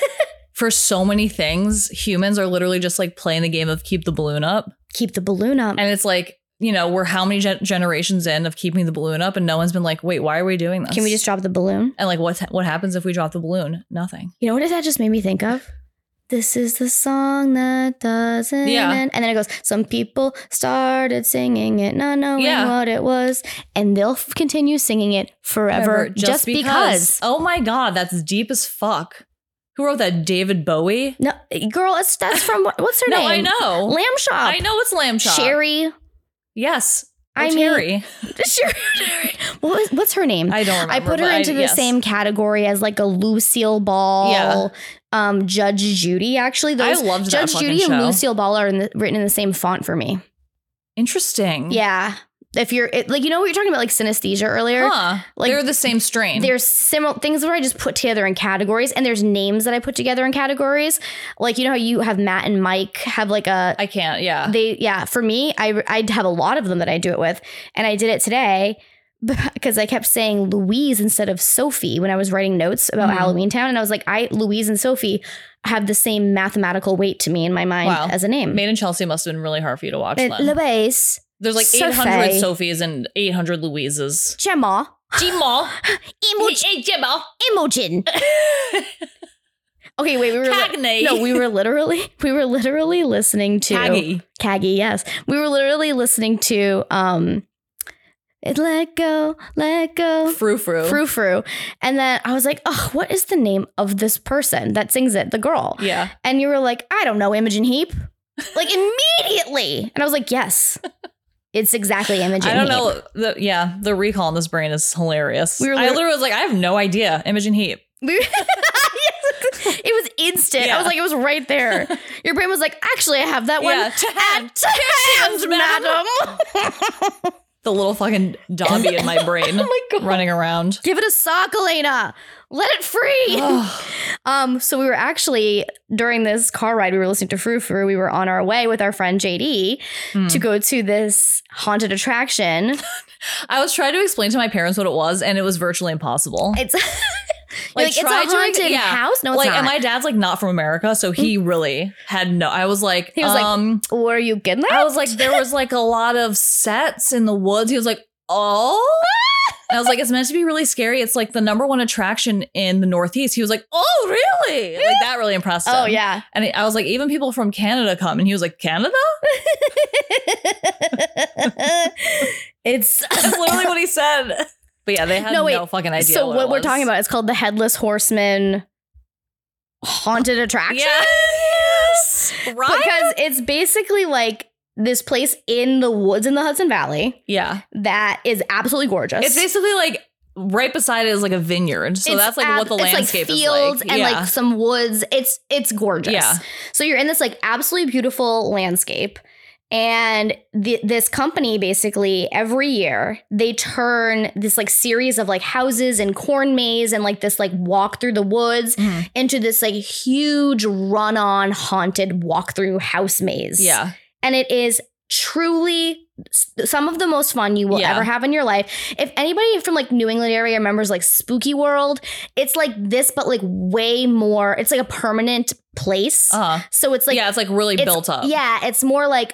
for so many things humans are literally just like playing the game of keep the balloon up keep the balloon up. and it's like you know we're how many gen- generations in of keeping the balloon up and no one's been like wait why are we doing this Can we just drop the balloon? and like what's what happens if we drop the balloon nothing You know what that just made me think of? This is the song that doesn't Yeah. end. And then it goes, Some people started singing it, not knowing Yeah. what it was. And they'll f- continue singing it forever, Remember, just, because. oh my god that's deep as fuck who wrote that david bowie No, girl, it's, that's from what- what's her no i name? know Lamb Chop. i know it's lamb chop Sherry. yes Or I mean- Terry. Sherry. what was, what's her name? i don't remember I put her but into the yes. same category as like a Lucille Ball, Yeah. um, Judge Judy. Actually, i those loved that Judge fucking Judy and show. Lucille Ball are in the, written in the same font for me. Interesting. Yeah. If you're it, like, you know, what you're talking about, like synesthesia earlier. Huh. like, They're the same strain. There's similar things where I just put together in categories, and there's names that I put together in categories. Like, you know how you have Matt and Mike have like a. I can't. Yeah. They, yeah, for me, I, I have a lot of them that I do it with, and I did it today because I kept saying Louise instead of Sophie when I was writing notes about Mhm. Halloween Town, and I was like, I Louise and Sophie have the same mathematical weight to me in my mind Wow. as a name. Made in Chelsea must have been really hard for you to watch. But Then. Louise, There's like Sophie. 800 Sophies and 800 Louises. Gemma, Gmail. Imogen, Gmail. Imogen. Okay, wait, we were li- Cagney. no, we were literally we were literally listening to Caggy. Caggy, yes. We were literally listening to um it let go, let go. Frou frou. Frou Frou. And then I was like, oh, what is the name of this person that sings it? The girl. Yeah. And you were like, I don't know, Imogen Heap. Like immediately. And I was like, yes, it's exactly Imogen I don't Heap. know. The, yeah, the recall in this brain is hilarious. We were I lit- literally was like, I have no idea. Imogen Heap. We- Yes. it was instant. I Yeah. was like, it was right there. Your brain was like, actually, I have that one. Yeah, to have At times, times, madam. madam. The little fucking Dobby in my brain oh my God. running around. Give it a sock, Elena. Let it free. Ugh. Um, so we were actually during this car ride, we were listening to Frou Frou. We were on our way with our friend JD Hmm. to go to this haunted attraction. I was trying to explain to my parents what it was, and it was virtually impossible. It's like, Like, it's a try to- haunted yeah. house. No, it's like, not. Mm. and my dad's like not from America, so he really had no. I was like, He was like, um, Were you kidnapped? I Oh, was like, there was like a lot of sets in the woods. He was like, oh. And I was like, it's meant to be really scary. It's like the number one attraction in the Northeast. He was like, oh, really? Like that really impressed him. oh yeah. And I was like, even people from Canada come. And he was like, Canada? it's That's literally what he said. But yeah, they had No, no, wait. fucking idea. so what, it we're was. talking about is called the headless horseman haunted attraction. Yes. Right? Because it's basically like this place in the woods in the Hudson Valley. yeah. that is absolutely gorgeous. It's basically like right beside it is like a vineyard. So It's that's like ab- what the landscape it's like fields is like. and yeah. like some woods. It's it's gorgeous. Yeah. So you're in this like absolutely beautiful landscape, and the, this company basically every year they turn this like series of like houses and corn maze and like this like walk through the woods Mhm. into this like huge run on haunted walk through house maze. yeah. and it is truly s- some of the most fun you will Yeah. ever have in your life. If anybody from like New England area remembers like Spooky World, it's like this but like way more. It's like a permanent place. Uh-huh. so it's like yeah, it's like really it's- built up. yeah, it's more like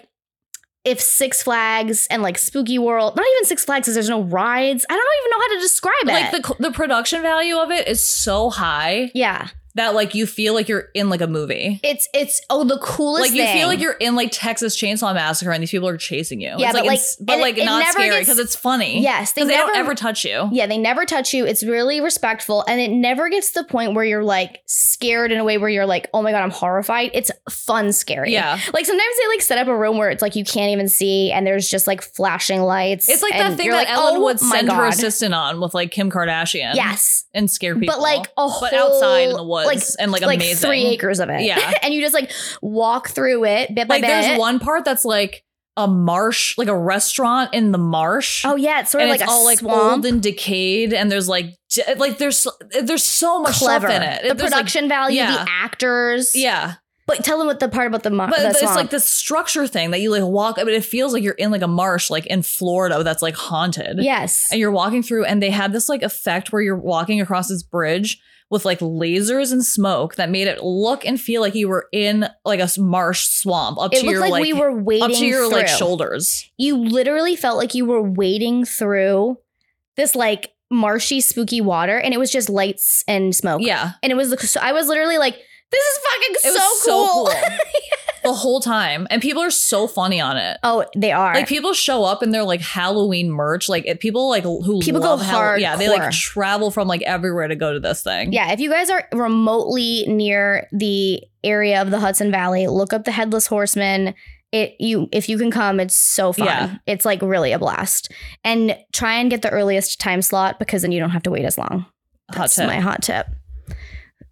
if Six Flags and like Spooky World, not even Six Flags, because there's no rides. I don't even know how to describe it. Like the the production value of it is so high yeah, that like you feel like you're in like a movie. it's it's oh the coolest. Like you thing. feel like you're in like Texas Chainsaw Massacre and these people are chasing you. Yeah, but, it's like, like, ins- but and it- like it not never scary gets- because it's funny. yes, they because they never don't ever touch you. Yeah, they never touch you. It's really respectful. And it never gets to the point where you're like scared in a way where you're like, oh my God, I'm horrified. It's fun scary. Yeah. Like sometimes they like set up a room where it's like you can't even see and there's just like flashing lights. It's like that and thing you're that like, Ellen "Oh would my send her God." assistant on with like Kim Kardashian. Yes. And scare people. But like a whole but outside in the woods like and like, like amazing. three acres of it. Yeah. and you just like walk through it bit by Like bit. there's one part that's like a marsh, like a restaurant in the marsh. Oh yeah, it's sort and of like it's a all like swamp. old and decayed, and there's like j- like there's there's so much clever. stuff in it. The There's, like, production value, yeah. the actors. yeah, But tell them what the part about the mo- but the it's swamp. like this structure thing that you like walk. I mean, it feels like you're in like a marsh, like in Florida, that's like haunted. yes. and you're walking through, and they had this like effect where you're walking across this bridge with like lasers and smoke that made it look and feel like you were in like a s- marsh swamp up It to looked your like, like, we were waiting up to your through. like shoulders. You literally felt like you were wading through this like marshy, spooky water, and it was just lights and smoke. Yeah, and it was. So I was literally like, "This is fucking it so, was cool. so cool the whole time, and people are so funny on it. oh, they are. Like people show up in their like Halloween merch. Like it, people like who People love go Hall- Yeah, they like hardcore. travel from like everywhere to go to this thing. yeah, if you guys are remotely near the area of the Hudson Valley, look up the Headless Horseman. It you if you can come, it's so fun. Yeah. It's like really a blast. And try and get the earliest time slot because then you don't have to wait as long. hot That's tip. my hot tip.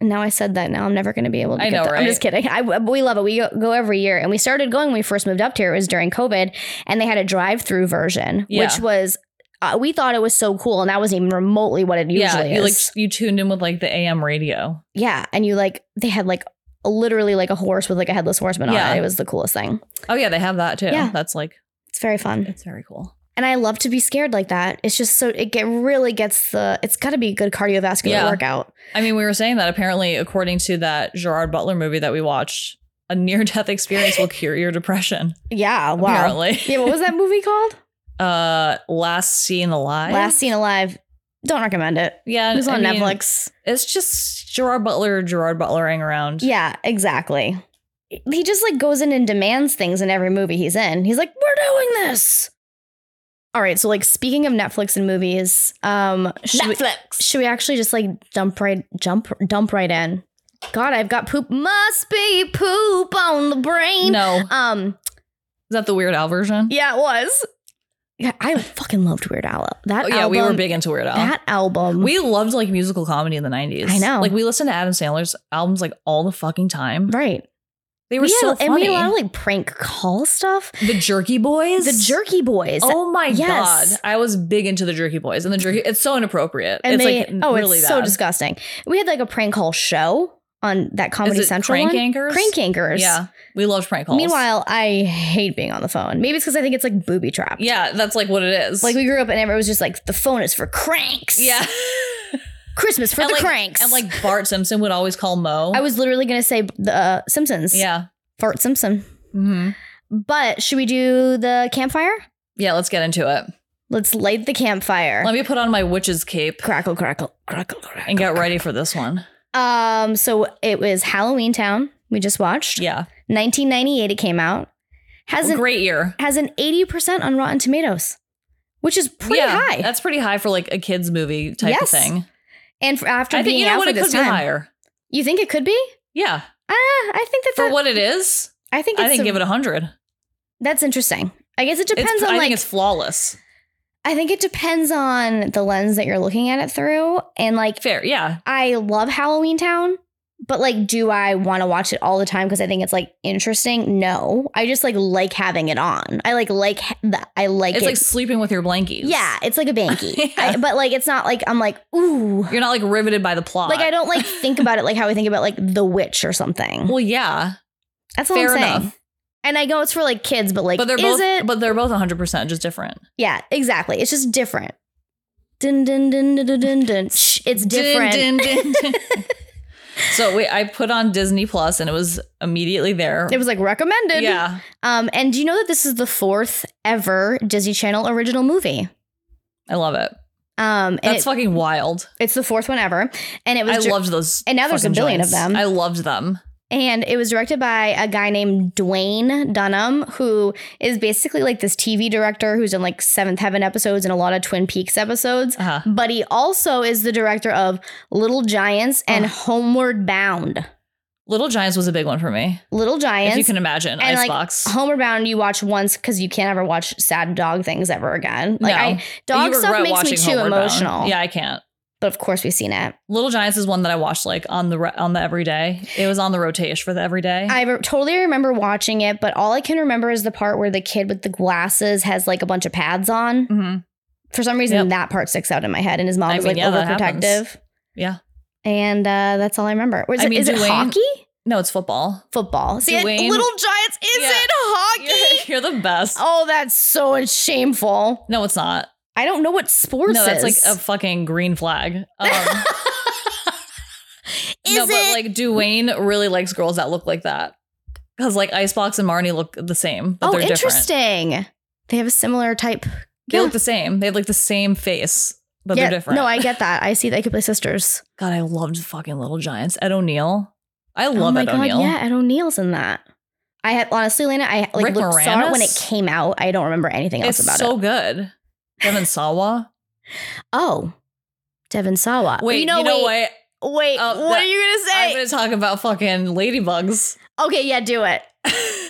Now I said that. Now I'm never going to be able to. I get know, there. I'm just kidding. I we love it. We go, go every year, and we started going when we first moved up here. It was during COVID, and they had a drive-through version, Yeah. which was uh, we thought it was so cool, and that wasn't even remotely what it usually yeah, you like is. you tuned in with like the AM radio. yeah, and you like they had like literally like a horse with like a headless horseman Yeah. on it. It was the coolest thing. Oh yeah, they have that too. Yeah. That's like It's very fun. it's very cool. And I love to be scared like that. It's just so it get really gets the it's got to be a good cardiovascular Yeah. workout. I mean, we were saying that apparently, according to that Gerard Butler movie that we watched, a near death experience will cure your depression. Yeah, wow. Apparently. Yeah, what was that movie called? Uh, Last Seen Alive. Last Seen Alive. Don't recommend it. Yeah. It was I on mean, Netflix. It's just Gerard Butler, Gerard Butlering around. Yeah, exactly. He just like goes in and demands things in every movie he's in. He's like, "We're doing this." All right, so like speaking of Netflix and movies, um should we, Netflix. should we actually just like dump right jump dump right in? God, I've got poop must be poop on the brain. No. Is Um that the Weird Al version? yeah, it was. Yeah, I fucking loved Weird Al. That Oh, yeah, album, we were big into Weird Al. That album. we loved like musical comedy in the 90s. I know. Like we listened to Adam Sandler's albums like all the fucking time. right. They were we had, so And we funny. had a lot of like prank call stuff. the Jerky Boys. The Jerky Boys. Oh my Yes. god! I was big into the Jerky Boys and the Jerky. It's so inappropriate. and it's they, like oh, really it's bad. so disgusting. We had like a prank call show on that Comedy Is it Central crank one. anchors. Crank anchors. Yeah, we loved prank calls. Meanwhile, I hate being on the phone. Maybe it's because I think it's like booby trap. yeah, that's like what it is. Like we grew up and it was just like the phone is for cranks. yeah, Christmas for And, the like- cranks. and like Bart Simpson would always call Mo. I was literally gonna say the uh, Simpsons. yeah. Fart Simpson. Mm-hmm. hmm But should we do the campfire? Yeah, let's get into it. Let's light the campfire. Let me put on my witch's cape crackle, crackle, crackle, crackle. and get ready for this one. Um, so it was Halloween Town. We just watched. Yeah, 1998. It came out. Has an great year. has an 80 percent on Rotten Tomatoes, which is pretty yeah, Uh, high. That's pretty high for like a kids movie type Yes. of thing. and for after I being think you know out what for it could this be time, higher. you think it could be? Yeah, Ah, I think that, for that what it is, I think I it's think a- give it a hundred. that's interesting. I guess it depends It's, on I like think it's flawless. I think it depends on the lens that you're looking at it through, and like Fair, yeah. I love Halloween Town, but like, do I want to watch it all the time because I think it's like interesting? No, I just like like having it on. I like like ha- the I like it's it. like sleeping with your blankies. yeah, it's like a banky, Yeah. I- but like it's not like I'm like ooh, You're not like riveted by the plot. like I don't like think about it like how I think about like The Witch or something. Well, yeah. That's all fair I'm saying. enough. And I know it's for like kids, but like, but they're is both it? but they're both 100% just different. yeah, exactly. It's just different. Dun dun dun dun dun dun. dun. Shh, It's different. Dun, dun, dun, dun. so wait, I put on Disney Plus and it was immediately there. It was like recommended. yeah. Um, and do you know that this is the fourth ever Disney Channel original movie? I love it. Um, and That's it- fucking wild. it's the fourth one ever, and it was I dir- loved those. and now there's a fucking billion of joints. them. I loved them. and it was directed by a guy named Dwayne Dunham, who is basically like this TV director who's in like Seventh Heaven episodes and a lot of Twin Peaks episodes. Uh-huh. But he also is the director of Little Giants and Ugh. Homeward Bound. Little Giants was a big one for me. Little If you Giants, can imagine, and, like, Icebox. Homeward Bound, you watch once because you can't ever watch sad dog things ever again. Like No. I, dog You stuff regret makes me watching too Homeward Bound. emotional. Yeah, I can't. but of course we've seen it. Little Giants is one that I watched like on the re- on the everyday. It was on the rotation for the everyday. I re- totally remember watching it, but all I can remember is the part where the kid with the glasses has like a bunch of pads on. mm-hmm. For some reason, Yep. that part sticks out in my head, and his mom I is mean, like yeah, that overprotective. happens. Yeah. And uh, that's all I remember. Or Is, I it, mean, is it Dwayne- hockey? No, it's football. Football. See, Dwayne- Little Giants is Yeah. it hockey. You're, you're the best. Oh, that's so shameful. No, it's not. I don't know what sports No, that's like is. a fucking green flag. Um, Is no, it? but like Dwayne really likes girls that look like that because like Icebox and Marnie look the same, but oh, they're different. interesting. They have a similar type. They Yeah. look the same. They have like the same face, but Yeah, they're different. No, I get that. I see they could play sisters. God, I loved fucking Little Giants. Ed O'Neill. I love oh my Ed O'Neill. god, yeah, Ed O'Neill's in that. I had honestly, Lena, I like Rick looked, saw it when it Moranis? came out. I don't remember anything else It's about so it. good. Devin Sawa. Oh, Devin Sawa. Wait, you know, what? what? Uh, Wait, Uh, what that- are you gonna I'm say? going to talk about fucking ladybugs. okay, yeah, do it.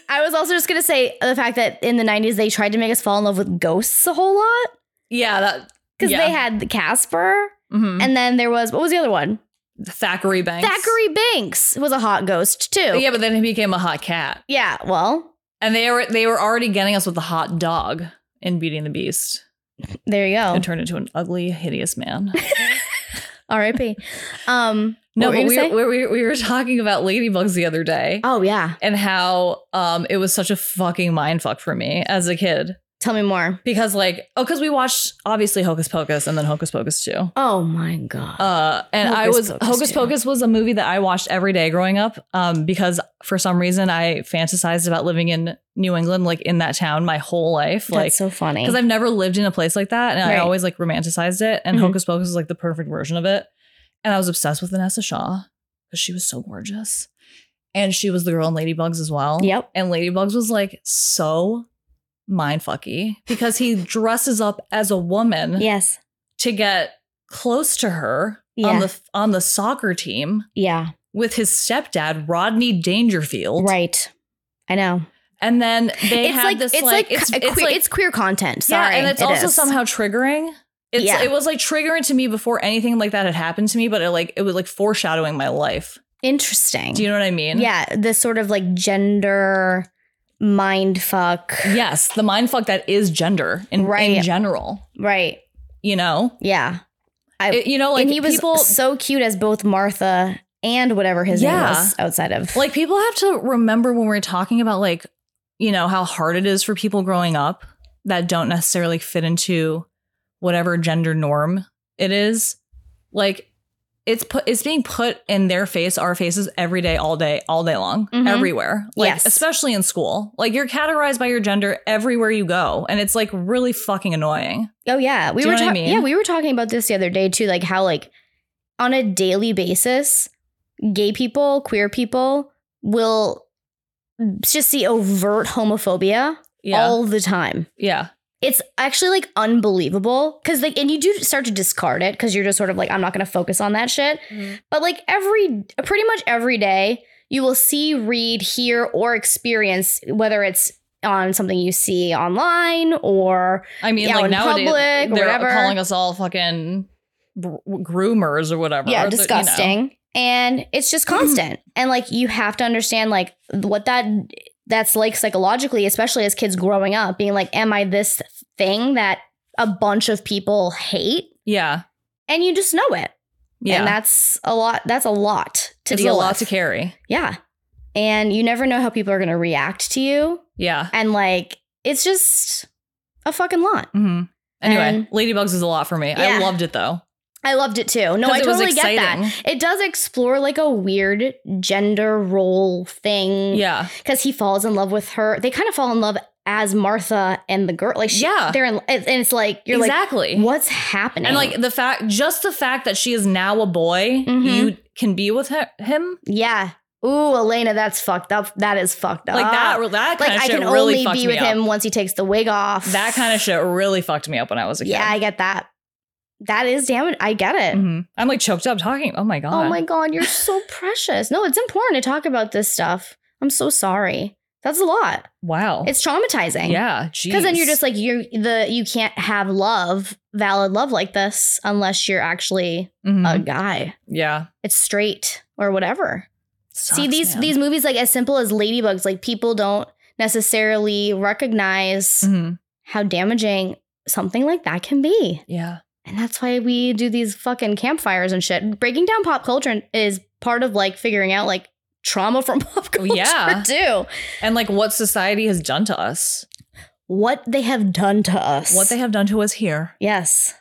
I was also just gonna say the fact that in the '90s they tried to make us fall in love with ghosts a whole lot yeah, that. because yeah. they had the Casper, Mhm. and then there was what was the other one? Thackeray Banks. Thackeray Banks was a hot ghost too. But yeah, but then he became a hot cat, yeah. Well, and they were they were already getting us with the hot dog in Beauty and the Beast, there you go. and turned into an ugly, hideous man. R.I.P. Um, no, what were but you we, gonna say? we, we we were talking about ladybugs the other day, oh yeah. and how um it was such a fucking mind fuck for me as a kid. Tell me more. because like oh because we watched obviously hocus pocus and then hocus pocus 2 Oh my god. uh and i Hocus was Pocus hocus 2. pocus was a movie that i watched every day growing up um because for some reason i fantasized about living in new england like in that town my whole life That's like so funny. because I've never lived in a place like that, and I Right. always like romanticized it. And Mhm. Hocus Pocus is like the perfect version of it. And I was obsessed with Vanessa Shaw because she was so gorgeous, and she was the girl in Ladybugs as well. Yep. And Ladybugs was like so mind fucky because he dresses up as a woman Yes. to get close to her on Yeah. the on the soccer team Yeah. with his stepdad Rodney Dangerfield. Right. I know. And then they it's had like this it's like it's, it's, queer, like it's queer content. Sorry. yeah, and it's It also is. somehow triggering. It's, Yeah. It was like triggering to me before anything like that had happened to me, but it like it was like foreshadowing my life. interesting. Do you know what I mean? yeah, this sort of like gender mind fuck. Yes, the mind fuck that is gender in, in Right. general. Right. You know, Yeah. I- It- you know, like and he was people so cute as both Martha and whatever his name Yeah. was outside of. like people have to remember when we're talking about like you know how hard it is for people growing up that don't necessarily fit into whatever gender norm it is like it's put it's being put in their face our faces every day all day all day long Mhm. everywhere like Yes. especially in school like you're categorized by your gender everywhere you go and it's like really fucking annoying Oh yeah, we Do you were know what ta- I mean? yeah we were talking about this the other day too, like how like on a daily basis, gay people, queer people will just see overt homophobia yeah all the time. yeah It's actually like unbelievable because like and you do start to discard it because you're just sort of like I'm not going to focus on that shit. But like every pretty much every day, you will see, read, hear, or experience whether it's on something you see online or i mean Yeah, like in nowadays public or they're whatever. calling us all fucking br- groomers or whatever Yeah, They're- you know. Mm. disgusting. And it's just constant. and like you have to understand like what that that's like psychologically, especially as kids growing up, being like, Am I this thing that a bunch of people hate? yeah And you just know it. yeah And that's a lot that's a lot to it's deal a lot with. to carry. yeah. And you never know how people are gonna react to you. Yeah. And like it's just a fucking lot. hmm Anyway, And- Ladybugs is a lot for me. I Yeah. loved it though. I loved it too. No, 'Cause I it was totally get that. exciting. It does explore like a weird gender role thing. Yeah. because he falls in love with her. They kind of fall in love as Martha and the girl. Like she, Yeah. they're in, and it's like you're exactly. like, what's happening? and like the fact, just the fact that she is now a boy, Mhm. you can be with her, him. yeah, ooh, Elena, that's fucked up. That is fucked up. Like that, that kind Like of I shit can really only fucked be me with up. him once he takes the wig off. That kind of shit really fucked me up when I was a kid. yeah, I get that. That is damn it. I get it. Mhm. I'm like choked up talking. Oh my God. Oh my god, you're so precious. No, it's important to talk about this stuff. I'm so sorry. That's a lot. Wow. It's traumatizing. yeah. Because then you're just like you the you can't have love, valid love like this unless you're actually a guy. Mm-hmm. yeah. It's straight or whatever. See Sucks, these man. these movies like as simple as Ladybugs, like people don't necessarily recognize Mhm. how damaging something like that can be. Yeah. And that's why we do these fucking campfires and shit. Breaking down pop culture is part of like figuring out like trauma from pop culture Oh, Yeah. too. And like what society has done to us, What they have done to us. what they have done to us here Yes.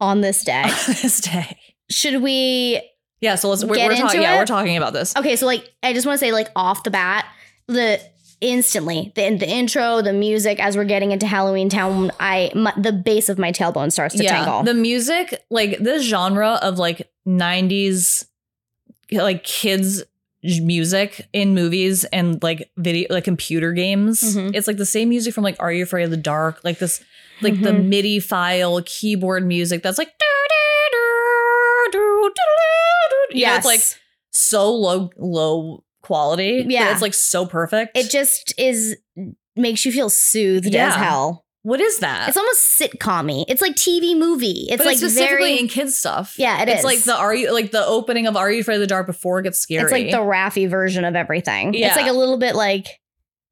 On this day. on this day. Should we Yeah, so let's we're, Get we're talking. into Yeah, it? we're talking about this. Okay, so like I just want to say like off the bat, the instantly the the intro, the music as we're getting into Halloween Town, I my, the base of my tailbone starts to tangle. the music, like this genre of like '90s, like kids j- music in movies and like video, like computer games. Mhm. It's like the same music from like Are You Afraid of the Dark? Like this, like the Mhm. MIDI file keyboard music that's like. Yeah, it's like so low, low quality. but Yeah. it's like so perfect. it just is makes you feel soothed as Yeah. hell. what is that? It's almost sitcom-y. It's like TV movie. It's but like it's specifically very in kids stuff. Yeah, it it's is. like the are you like the opening of Are You Afraid of the Dark before it gets scary. it's like the Raffy version of everything. Yeah. It's like a little bit like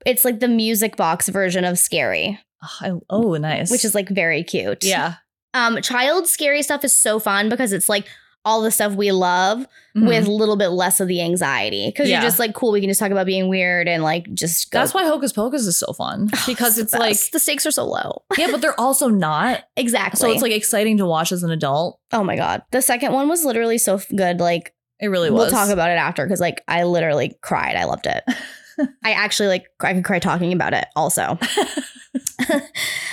it's like the music box version of scary, oh, I- oh, nice. which is like very cute. yeah, Um, child scary stuff is so fun because it's like, all the stuff we love Mhm. with a little bit less of the anxiety because Yeah. you're just like cool we can just talk about being weird and like just go that's why Hocus Pocus is so fun because it's like Oh, the stakes are so low yeah, but they're also not. exactly So it's like exciting to watch as an adult. oh my god the second one was literally so f- good like It really we'll was. talk about it after because like i literally cried i loved it i actually like i could cry talking about it also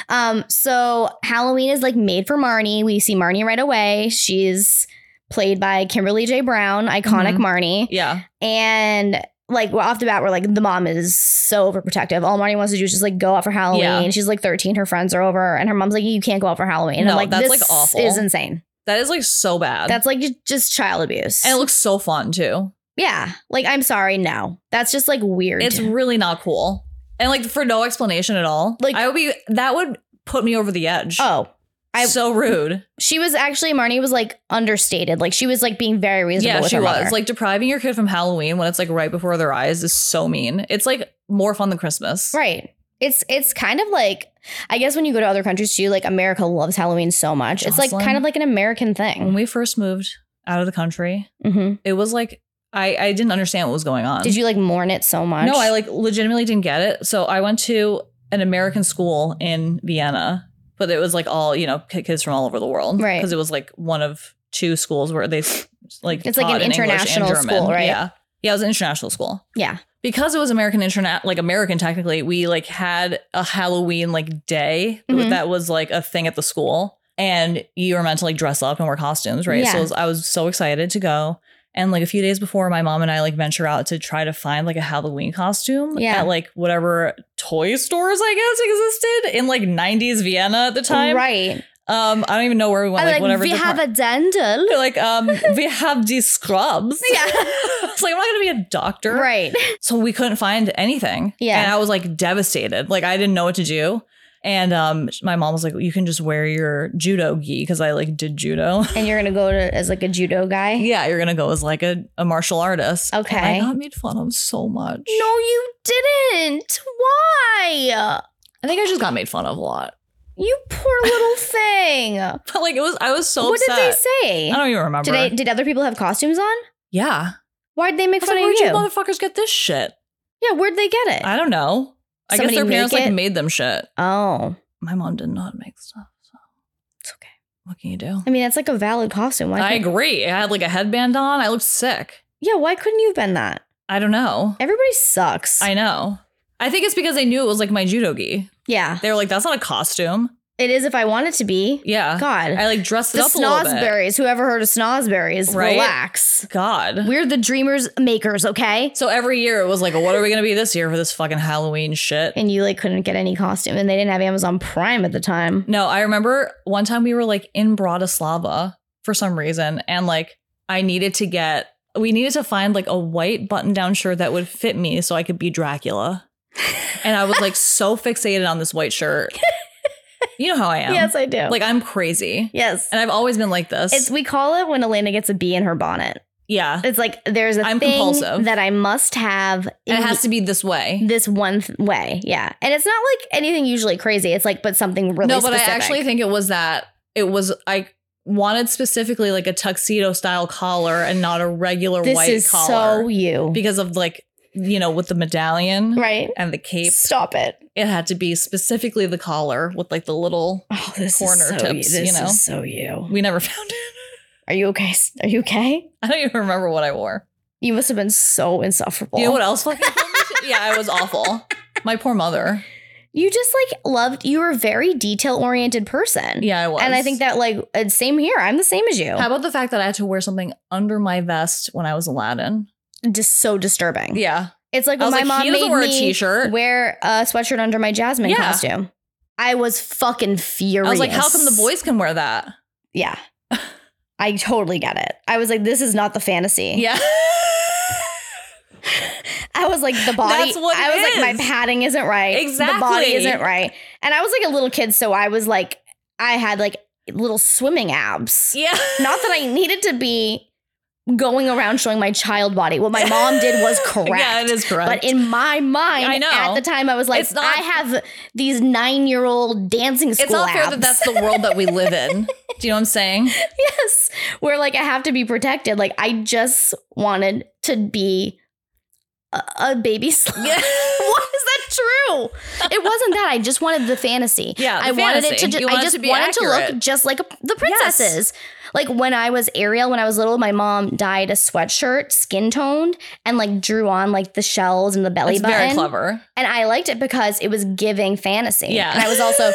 um so halloween is like made for marnie we see marnie right away she's played by kimberly j brown iconic Mhm. marnie yeah, And like well, off the bat, we're like, the mom is so overprotective. All Marnie wants to do is just like go out for Halloween. Yeah. She's like 13, her friends are over, and her mom's like, You can't go out for Halloween. And No, I'm like, that's, this like, awful. is insane. that is like so bad. That's like just child abuse. and it looks so fun too. yeah. Like, I'm sorry, no. That's just like weird. It's really not cool, and like for no explanation at all. Like- I would be that would put me over the edge. oh. I- so rude. She was actually Marnie was like understated. Like she was like being very reasonable. Yeah, with she her was mother. like depriving your kid from Halloween when it's like right before their eyes is so mean. It's like more fun than Christmas. Right. It's it's kind of like I guess when you go to other countries too, like America loves Halloween so much. It's like Jocelyn? kind of like an American When thing. we first moved out of the country, hmm it was like I I didn't understand what was going on. Did you like mourn it so much? No, I like legitimately didn't get it. So I went to an American school in Vienna, but it was like all you know ki- kids from all over the world, Right. Because it was like one of two schools where they s- like It's like an taught in English and international German. school, right? Yeah, yeah, it was an international school. Yeah. Because it was American internet, like American technically, we like had a Halloween like day Mhm. that was like a thing at the school, and you were meant to like dress up and wear costumes, right? So Yeah. it was- I was so excited to go. And like a few days before, my mom and I like venture out to try to find like a Halloween costume Yeah. at like whatever toy stores I guess existed in like 90s Vienna at the time. Right. Um, I don't even know where we went. Like, whatever. we have depart- a dental. like um, we have these scrubs. Yeah. it's like I'm not gonna be a doctor, Right. So we couldn't find anything. Yeah. and I was like devastated. Like I didn't know what to do. And um, my mom was like, "You can just wear your judo gi because I like did judo." And you're gonna go to as like a judo guy? Yeah, you're gonna go as like a, a martial artist. And Okay. I got made fun of so much. No, you didn't. Why? I think I just got made fun of a lot. You poor little thing. But like it was I was so what upset. did they say? I don't even remember. Did they did other people have costumes on? yeah. Why'd they make I was fun like, of where'd you? you motherfuckers get this shit? yeah, where'd they get it? I don't know. I Somebody guess their make parents like it? made them shit. oh. My mom did not make stuff, so It's okay. what can you do? I mean, that's like a valid costume. Why I couldn't- agree. I had like a headband on. I looked sick. Yeah, why couldn't you have been that? I don't know. Everybody sucks. I know. I think it's because they knew it was like my judo gi. yeah. They were like, that's not a costume. It is if I want it to be. Yeah. God. I like dressed it the up a little bit. Snosberries. Whoever heard of Snosberries? Right? Relax. God. We're the dreamers makers, okay? So every year it was like, what are we gonna be this year for this fucking Halloween shit? And you like couldn't get any costume, and they didn't have Amazon Prime at the time. No, I remember one time we were like in Bratislava for some reason, and like I needed to get, we needed to find like a white button down shirt that would fit me so I could be Dracula. And I was like so fixated on this white shirt. You know how I am. Yes, I do. Like I'm crazy. yes, And I've always been like this. it's we call it when Elena gets a bee in her bonnet. yeah. It's like there's a I'm thing compulsive. that I must have. And it in has to be this way. this one th- way, yeah. And it's not like anything usually crazy. It's like but something really no, but specific. I actually think it was that it was I wanted specifically like a tuxedo style collar and not a regular this white is collar so you, because of like you know with the medallion right? and the cape. Stop it. It had to be specifically the collar with like the little. Oh, this Corner is so tips, you. you This know? is so you. We never found it. Are you okay? Are you okay? I don't even remember what I wore. You must have been so insufferable. You know what else? Fucking killed me? yeah, it was awful. My poor mother. You just like loved. You were a very detail oriented person. Yeah, I was. and I think that like it's same here. I'm the same as you. How about the fact that I had to wear something under my vest when I was Aladdin? Just so disturbing. Yeah, It's like I when was my like, mom he doesn't made wear a me t-shirt. wear a sweatshirt under my Jasmine Yeah. costume. I was fucking furious. I was like, how come the boys can wear that? Yeah. I totally get it. I was like, this is not the fantasy. Yeah. I was like, the body. That's what I it was like, is. my padding isn't right. The Exactly. body isn't right. And I was like a little kid, so I was like, I had like little swimming abs. yeah. Not that I needed to be going around showing my child body. What my mom did was correct. Yeah, it is correct. But in my mind, I know. at the time, I was like, It's not- I have these nine year old dancing school it's not fair abs. that that's the world that we live in. Do you know what I'm saying? yes. Where like I have to be protected. Like I just wanted to be a, a baby slut. Yeah. what is that true? It wasn't that. I just wanted the fantasy. Yeah, the I wanted it to fantasy. just You I want it just to be wanted to look accurate. just like a, the princesses. Like when I was Ariel, when I was little, my mom dyed a sweatshirt skin toned and like drew on like the shells and the belly It's button. very clever. And I liked it because it was giving fantasy. Yeah. And I was also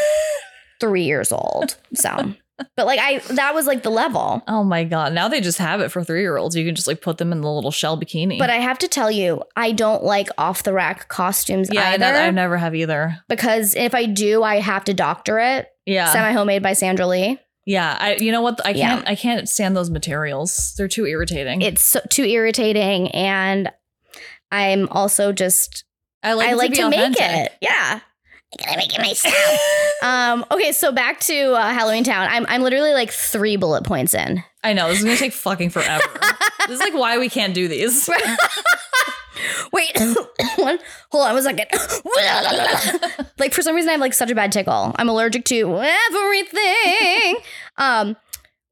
three years old. So, but like I, that was like the level. Oh my god! Now they just have it for three year olds. You can just like put them in the little shell bikini. But I have to tell you, I don't like off the rack costumes yeah, I, either. know, I never have either. because if I do, I have to doctor it. Yeah, Semi homemade by Sandra Lee. yeah. I you know what? I Yeah. can't. I can't stand those materials. They're too irritating. It's so, too irritating. And I'm also just, I like. I it like be to, make authentic. it. Yeah. I gotta make it myself. um, okay, so back to uh, Halloween Town. I'm, I'm literally like three bullet points in. I know this is gonna take fucking forever. this is like why we can't do these. Wait, one, hold on one second. like for some reason I have like such a bad tickle. I'm allergic to everything. um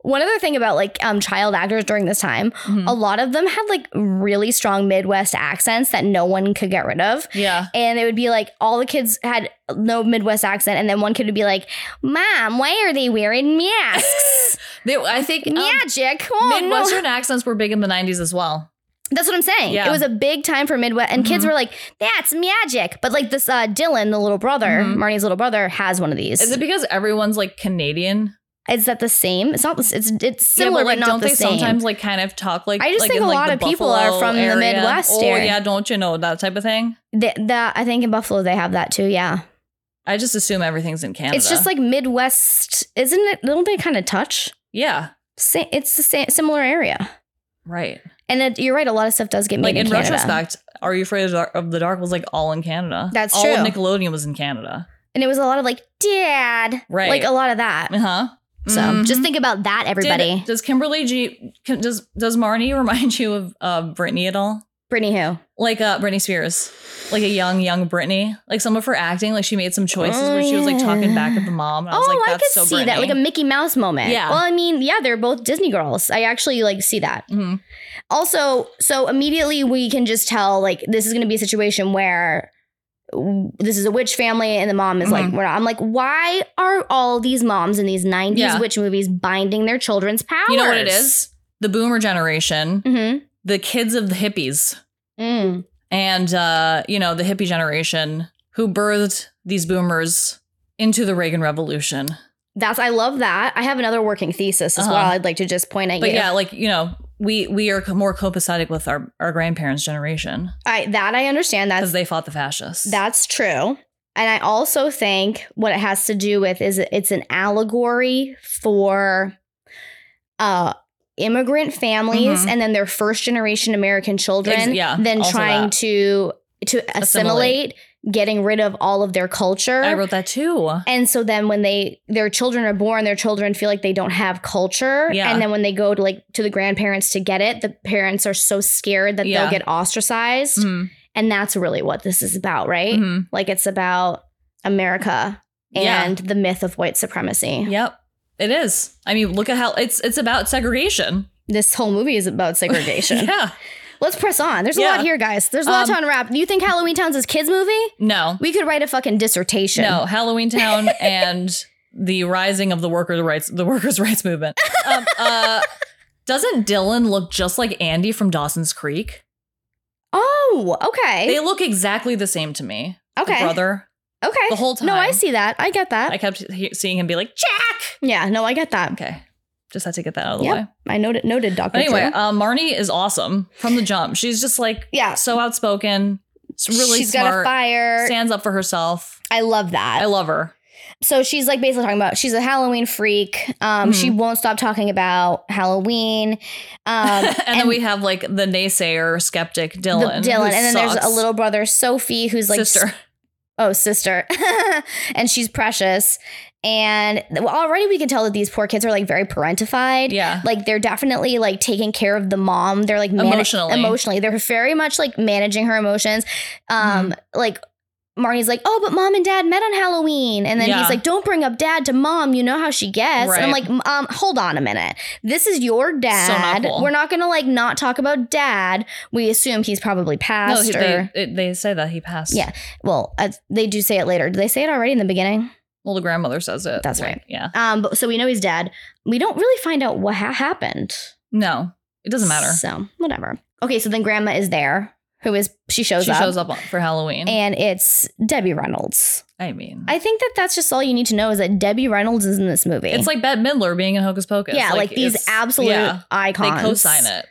one other thing about like um child actors during this time, Mhm. a lot of them had like really strong Midwest accents that no one could get rid of. Yeah. And it would be like all the kids had no Midwest accent, and then one kid would be like, Mom, why are they wearing masks? They, I think um, Magic. Oh, no. Midwestern accents were big in the 90s as well. That's what I'm saying. Yeah. It was a big time for Midwest, and kids Mhm. were like, "That's magic." But like this, uh, Dylan, the little brother, Mhm. Marnie's little brother, has one of these. Is Is, it because everyone's like Canadian? that the same? It's not. the s- It's it's similar, yeah, but like but not don't the they same. sometimes like kind of talk like I just like, think in, a like, lot the of people are Buffalo from the area? Midwest Oh area. yeah, don't you know that type of thing? Th- that I think in Buffalo they have that too. Yeah, I just assume everything's in Canada. it's just like Midwest, isn't it? A little bit kind of touch. yeah, Sa- it's the same similar area, right. and it, you're right. A lot of stuff does get made Like in, in, Canada. retrospect, Are You Afraid of the Dark- of the Dark was like all in Canada. That's all true. Of Nickelodeon was in Canada. and it was a lot of like dad, Right. Mm-hmm. Like a lot of that. Uh huh. So just think about that, everybody. does Kimberly G? can- Does Does Marnie remind you of uh, Britney at all? Brittany, who? like uh Britney Spears, like a young young Britney. Like some of her acting, like she made some choices Oh, where she was like talking yeah. back at the mom. And I was oh, like, I That's could so see that, like a Britney." Mickey Mouse moment. Yeah. Well, I mean, yeah, they're both Disney girls. I actually like see that. Mhm. Also, so immediately we can just tell like this is going to be a situation where w- this is a witch family, and the mom is like, Mhm. we're not. I'm like, why are all these moms in these '90s Yeah. witch movies binding their children's powers? You know what it is? The Boomer generation, Mm-hmm. the kids of the hippies, Mm. and uh, you know the hippie generation who birthed these boomers into the Reagan Revolution. That's I love that. I have another working thesis as Uh-huh. well. I'd like to just point at But you. yeah, like you know. We, we are co- more copacetic with our, our grandparents' generation I, that I understand. That's because they fought the fascists. That's true. And I also think what it has to do with is it's an allegory for uh immigrant families Mhm. and then their first generation American children Ex- yeah, then also trying that. to to assimilate, Assimilate. getting rid of all of their culture. I wrote that too. and so then when they their children are born, their children feel like they don't have culture. Yeah. And then when they go to like to the grandparents to get it, the parents are so scared that Yeah. they'll get ostracized. Mhm. And that's really what this is about, right? Mhm. Like it's about America Yeah. and the myth of white supremacy. Yep. It is. I mean, look at how it's it's about segregation. This whole movie is about segregation. yeah. Let's press on. There's a Yeah. lot here, guys. There's a lot Um, to unwrap. You think Halloween Town's is kids movie? No. We could write a fucking dissertation. No. Halloween Town and the rising of the workers' rights the workers' rights movement. Um, uh, doesn't Dylan look just like Andy from Dawson's Creek? Oh, okay. They look exactly the same to me. The okay. brother. okay. The whole No, I time. see that. I get that. I kept he- seeing him be like Jack. yeah, no, I get that. Okay. Just had to get that out of the Yep. way. I noted noted Dr. But anyway, Drew. uh, Marnie is awesome from the jump. She's just like Yeah. so outspoken. It's really She's got a smart. fire. Stands up for herself. I love that. I love her. so she's like basically talking about she's a Halloween freak. Um, Mhm. she won't stop talking about Halloween. Um, and, then we have like the naysayer skeptic Dylan. The who Dylan. And then there's sucks. a little brother, Sophie, who's like, sister. oh, sister. and she's precious. And well, already we can tell that these poor kids are like very parentified. Yeah. Like they're definitely like taking care of the mom. They're like mana- Emotionally. Mm-hmm. Emotionally. They're very much like managing her emotions. Um, Like Marnie's like, oh, but mom and dad met on Halloween. And then Yeah. he's like, don't bring up dad to mom. You know how she gets. And I'm Right. like, "M- um, hold on a minute. This is your dad. cool. We're not going to like not talk about dad. We assume he's probably No, passed he- or, they, it- they say that he passed. Yeah. well, uh, they do say it later. Did they say it already in the beginning? Well, the grandmother says it. That's Like, right. Yeah. Um, but, so we know he's dead. We don't really find out what ha- happened. No, it doesn't matter. So whatever. Okay. So then grandma is there who is, she shows she up. shows up on- for Halloween. And it's Debbie Reynolds. I mean, I think that that's just all you need to know is that Debbie Reynolds is in this movie. it's like Bette Midler being in Hocus Pocus. yeah, like, these it's- absolute yeah, they icons. co-sign it.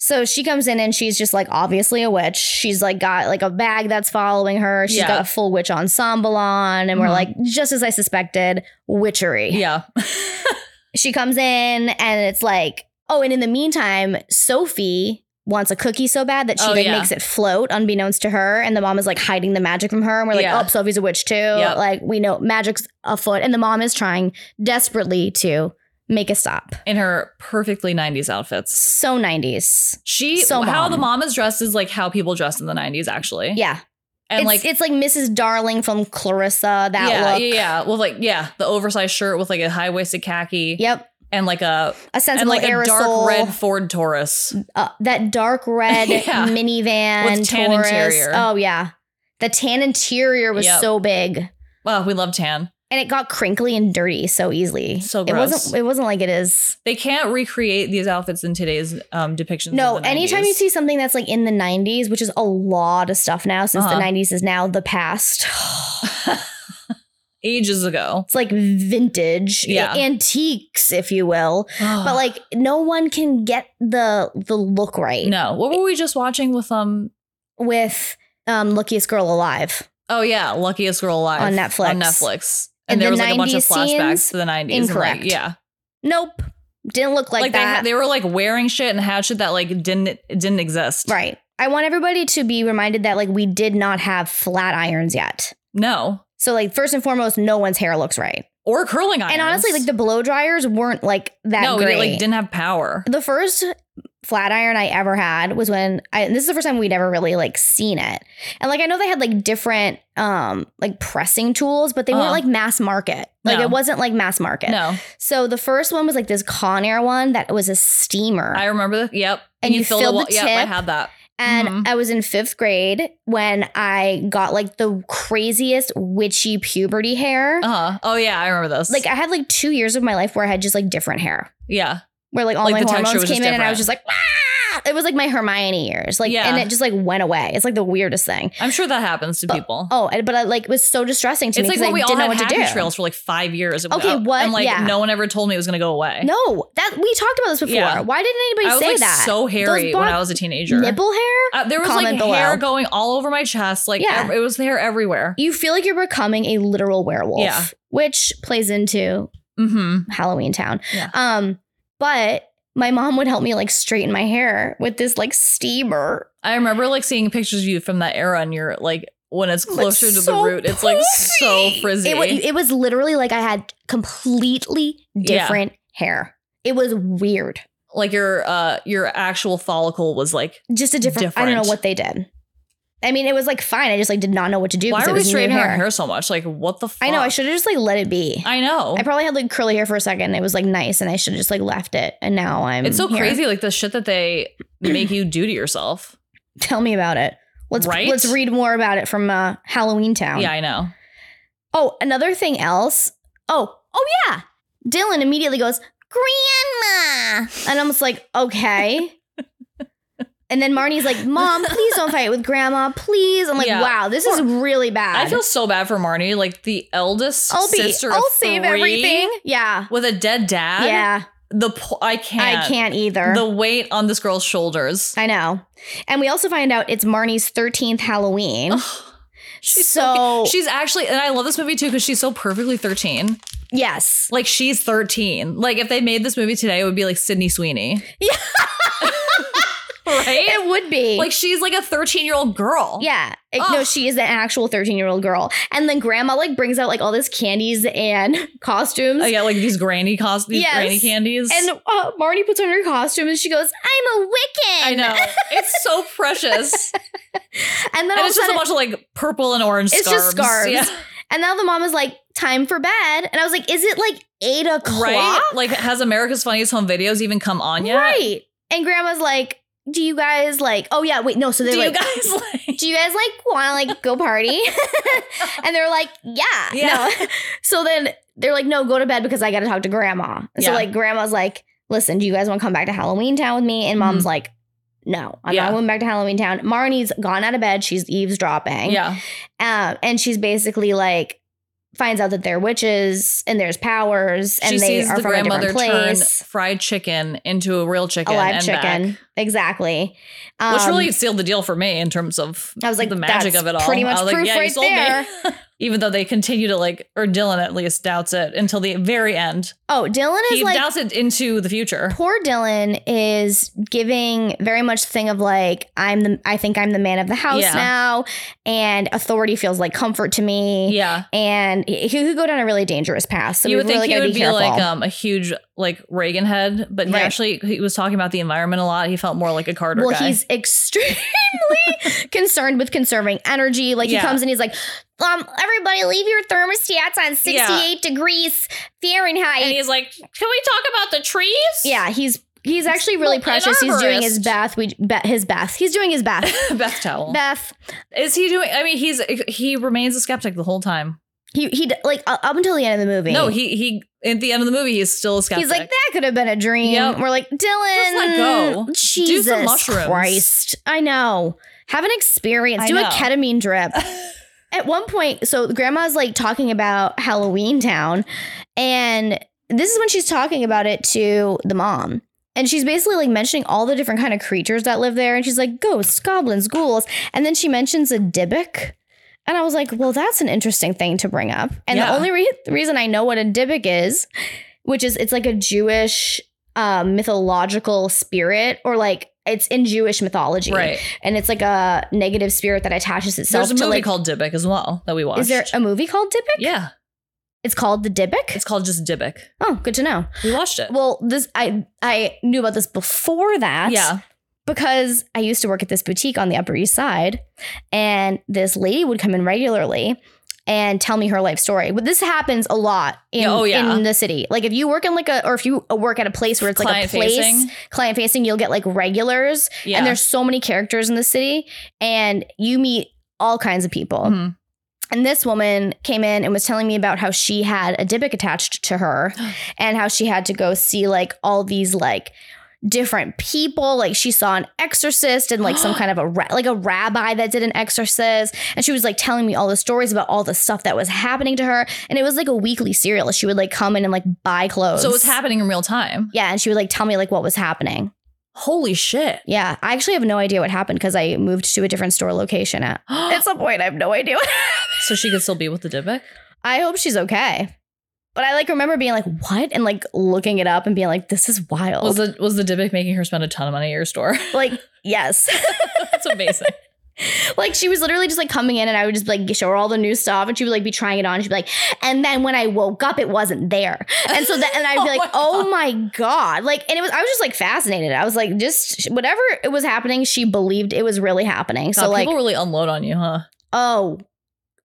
So she comes in and she's just like obviously a witch. She's like got like a bag that's following her. She's Yeah. got a full witch ensemble on, and we're Mhm. like, just as I suspected, witchery. Yeah. She comes in and it's like, oh, and in the meantime, Sophie wants a cookie so bad that she Oh, like yeah. makes it float unbeknownst to her and the mom is like hiding the magic from her and we're like Yeah. oh sophie's a witch too Yep. like we know magic's afoot and the mom is trying desperately to make a stop in her perfectly 90s outfits. so 90s She So how mom. the mom is dressed is like how people dressed in the 90s actually. yeah And it's, like it's like mrs darling from clarissa that yeah, look yeah, yeah. Well, like yeah, the oversized shirt with like a high waisted khaki yep and like a a and sensible like aerosol a dark red Ford Taurus. uh, that dark red Yeah. minivan With tan Taurus. interior. oh yeah the tan interior was Yep. so big Wow, we love tan. and it got crinkly and dirty so easily. So it gross. wasn't. It wasn't like it is. They can't recreate these outfits in today's um depictions. No, of the anytime you 90s. see something that's like in the '90s, which is a lot of stuff now, since Uh-huh. the '90s is now the past. ages ago. It's like vintage, Yeah. antiques, if you will. But like, no one can get the the look right no, what were we just watching with um? with um, "Luckiest Girl Alive" Oh yeah, Luckiest Girl Alive On Netflix. On Netflix, and, And there the was like a bunch of 90s scenes? flashbacks to the nineties. Incorrect. yeah, Nope, didn't look like, like, they that. had- they were like wearing shit and had shit that like didn't it didn't exist. right. I want everybody to be reminded that like we did not have flat irons yet. No, So like, first and foremost, no one's hair looks right. or curling irons. And honestly, like the blow dryers weren't like that no, great. it like didn't have power. the first flat iron I ever had was when I and this is the first time we'd ever really like seen it. And like I know they had like different um like pressing tools, but they weren't Uh-huh. like mass market. Like No. it wasn't like mass market. No, So the first one was like this Conair one that was a steamer. I remember the yep. And you filled the wa- Yep, I tip. had that. and Mhm. I was in 5th grade when I got like the craziest witchy puberty hair. Uh huh. Oh yeah, I remember this. Like I had like 2 years of my life where I had just like different hair. yeah, where like all Like, my the texture hormones was just came in and I was different. just like, "Ah!" it was like my Hermione years, like, and Yeah. it just like went away. It's like the weirdest thing. I'm sure that happens to But- people. Oh, and, but I, like it was so distressing to it's me like because when we I all didn't know had what to happy do. trails for like five years. It went Okay, up, what? And like Yeah. no one ever told me it was gonna go away. No, that we talked about this before. Yeah. Why didn't anybody I was say like that? so hairy when blonde I was a teenager. Nipple hair? Uh, there was like Comment below. hair going all over my chest. Like Yeah. ev- it was hair everywhere. You feel like you're becoming a literal werewolf, Yeah. which plays into Mm-hmm. Halloween Town. Yeah. Um, but my mom would help me like straighten my hair with this like steamer. I remember like seeing pictures of you from that era, and you're like when it's Like, closer to so the root, it's like so frizzy. frizzy. It, wa- it was literally like I had completely Yeah. different hair. It was weird. like your uh your actual follicle was like. Just a different, I don't know Different. what they did. I mean, it was like fine. I just like did not know what to do Why because it are we was new straightening hair. our hair so much? Like what the? fuck? I know. I should have just like let it be. I, I know. probably had like curly hair for a second. It was like nice, and I should have just like left it. And now I'm. it's so here. crazy, like the shit that they make you do to yourself. Tell me about it. Let's Right? let's read more about it from uh, Halloween Town. Yeah, I know. Oh, another thing else. Oh, oh yeah. Dylan immediately goes, Grandma. And I'm just like, okay. and then Marnie's like, Mom, please don't fight with grandma. Please. I'm like, Yeah. wow, this is really bad. I feel so bad for Marnie, like the eldest I'll be sister. I'll of save three everything. Yeah. with a dead dad. Yeah. the po- I can't. I can't either. The weight on this girl's shoulders. I know. And we also find out it's Marnie's 13th Halloween. Oh, She's so, so, cute. she's actually, and I love this movie too because she's so perfectly thirteen. yes. Like she's thirteen. Like if they made this movie today, it would be like Sydney Sweeney. Yeah. right. It would be. Like she's like a thirteen-year-old girl. Yeah. It- No, Oh. Ugh. she is an actual 13 year old girl. And then grandma like brings out like all this candies and costumes. I got Oh, like these granny cost, these Yes. granny candies. And uh, Marnie puts on her costume and she goes, I'm a Wiccan. I know it's so precious. And then and all of a it's just a sudden, bunch of like purple and orange It's scarves. just scarves. Yeah. and now the mom is like, "Time for bed," and I was like, "Is it like eight o'clock?" Right? Like, has America's Funniest Home Videos even come on yet? Right. And grandma's like, "Do you guys like? Oh yeah, wait, no." So Do they're you like, guys like? "Do you guys like want to like go party?" and they're like, "Yeah, Yeah. No. So then they're like, "No, go to bed because I got to talk to grandma." And So Yeah. like, grandma's like, "Listen, do you guys want to come back to Halloween Town with me?" And mom's like. No, I'm Mm-hmm. Yeah. not going back to Halloween Town. Marnie's gone out of bed. She's eavesdropping. Yeah. Um, and she's basically like finds out that they're witches and there's powers and she they sees are the from a grandmother different place. turn fried chicken into a real chicken, a live and chicken. back, Exactly. Um, which really sealed the deal for me in terms of I was like, the magic that's of it all. pretty much I was like, proof yeah, you right sold me. there. Even though they continue to like, or Dylan at least doubts it until the very end. Oh, Dylan is He like doubts it into the future. poor Dylan is giving very much the thing of like I'm the I think I'm the man of the house Yeah. now, and authority feels like comfort to me. Yeah, And he he could go down a really dangerous path. So you we would think really he gotta would be, be, careful. like um, a huge like Reagan head, but he Right. actually he was talking about the environment a lot. He felt more like a Carter well, guy. he's extremely concerned with conserving energy. Like Yeah. he comes and he's like, um, everybody leave your thermostats on 68 degrees Fahrenheit. and he's like, "Can we talk about the trees?" Yeah, he's he's actually really an precious. He's doing his arborist. bath. We bet his bath. He's doing his bath. Beth towel. Beth. Is he doing? I mean, he's he remains a skeptic the whole time. He he d- like u- up until the end of the movie. No, he he at the end of the movie he's still a skeptic. he's like that could have been a dream. Yep. We're like Dylan. let go. Do some Jesus mushrooms." Christ. I know. Have an experience. I Do know. a ketamine drip. At one point, so grandma's like talking about Halloween Town, and this is when she's talking about it to the mom. And she's basically like mentioning all the different kind of creatures that live there. And she's like, ghosts, goblins, ghouls. And then she mentions a Dybbuk. And I was like, well, that's an interesting thing to bring up. And Yeah. the only re- reason I know what a Dybbuk is, which is it's like a Jewish uh, mythological spirit, or like it's in Jewish mythology. right. And it's like a negative spirit that attaches itself There's a to movie like. called Dybbuk as well that we watched. is there a movie called Dybbuk? yeah, It's called The Dybbuk? it's called just Dybbuk. oh, good to know. We watched it. Well, this I I knew about this before that. yeah, Because I used to work at this boutique on the Upper East Side, and this lady would come in regularly and tell me her life story. But this happens a lot in, Yeah, oh, yeah. in the city. Like if you work in like a or if you work at a place where it's like a place Client-facing. client facing, you'll get like regulars. yeah. And there's so many characters in the city, and you meet all kinds of people. Mhm. And this woman came in and was telling me about how she had a Dybbuk attached to her and how she had to go see like all these like different people. Like she saw an exorcist and like some kind of a ra- like a rabbi that did an exorcist. And she was like telling me all the stories about all the stuff that was happening to her. And it was like a weekly serial. She would like come in and like buy clothes. so it's happening in real time. Yeah, and she would like tell me like what was happening. Holy shit! Yeah, I actually have no idea what happened because I moved to a different store location at at some point. I have no idea. so she could still be with the Dybbuk. I hope she's okay. But I like remember being like, what? And like looking it up and being like, this is wild. Was the was the Dybbuk making her spend a ton of money at your store? like, yes. That's amazing. like she was literally just like coming in and I would just like show her all the new stuff and she would like be trying it on. She'd be like, and then when I woke up, it wasn't there. And so then and I'd be Oh like, my oh my God. Like, and it was I was just like fascinated. I was like, just whatever it was happening, she believed it was really happening. God, so like people really unload on you, huh? oh,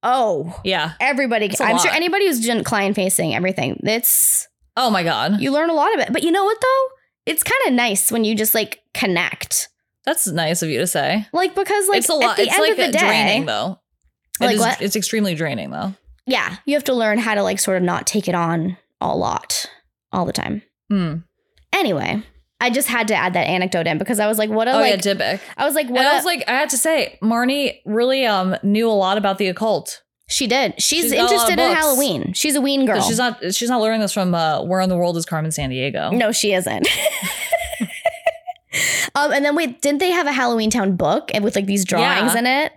oh. Yeah. Everybody, It's a I'm sure lot. anybody who's done client facing everything, it's Oh my god, you learn a lot of it. But you know what though? It's kind of nice when you just like connect, that's nice of you to say. like because like it's a lot. at the it's end like of the day, draining though. It Like is- what? It's extremely draining though. yeah, you have to learn how to like sort of not take it on a lot, all the time. Hmm. Anyway, I just had to add that anecdote in because I was like, what a Oh like, yeah, Dybbuk. I was like, what and a, I was like, I had to say, Marnie really um knew a lot about the occult. she did. She's, she's got a lot of interested in books. Halloween. She's a ween girl. But She's not she's not learning this from uh, Where in the World is Carmen San Diego. No, she isn't. um, and then wait, didn't they have a Halloween Town book and with like these drawings Yeah. in it?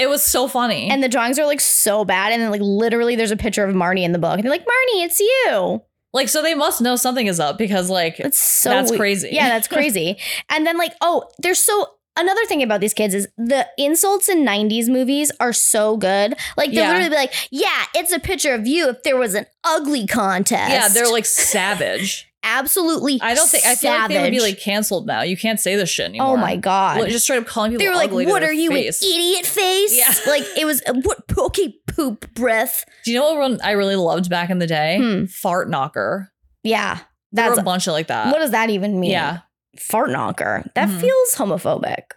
It was so funny. And the drawings are like so bad, and then like literally, there's a picture of Marnie in the book, and they're like, "Marnie, it's you." like so they must know something is up because like That's so that's we- crazy. Yeah, that's crazy. and then like, oh, there's so another thing about these kids is the insults in 90s movies are so good. Like they will Yeah. literally be like, "Yeah, it's a picture of you if there was an ugly contest." yeah, they're like savage. absolutely. I don't think I feel like they would be savage. like canceled now. You can't say this shit anymore. oh my god. Look, just straight up calling people. they were like, ugly to "What their are you, face. an idiot face?" Yeah. Like it was uh, what okay poop breath. Do you know what one I really loved back in the day? Hmm. Fart knocker. Yeah, There were that's a bunch of like that. what does that even mean? yeah. fart knocker. That Mhm. feels homophobic.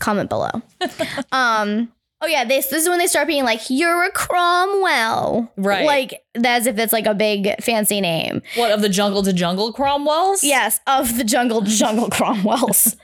Comment below. um. Oh yeah, this this is when they start being like, "You're a Cromwell," Right. Like as if it's like a big fancy name. What of the jungle to jungle Cromwells? Yes, of the jungle jungle Cromwells.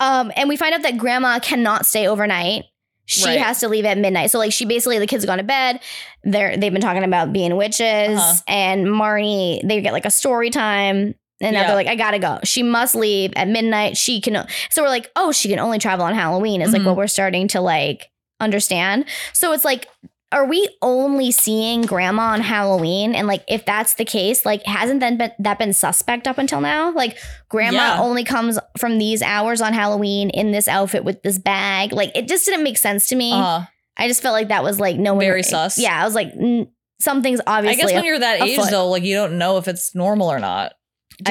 um, and we find out that grandma cannot stay overnight. She Right. has to leave at midnight. So like she basically the kids have gone to bed. They're they've been talking about being witches Uh-huh. and Marnie, they get like a story time. And now Yeah. they're like, I gotta go. She must leave at midnight. She can so we're like, oh, she can only travel on Halloween is Mhm. like what we're starting to like understand. So it's like are we only seeing grandma on Halloween? And like, if that's the case, like, hasn't then been, that been suspect up until now? Like, grandma Yeah. only comes from these hours on Halloween in this outfit with this bag. Like, it just didn't make sense to me. Uh, I just felt like that was like no one. Very sus. Yeah, I was like, n- something's I obviously. guess when you're that a age foot. though, like you don't know if it's normal or not. Do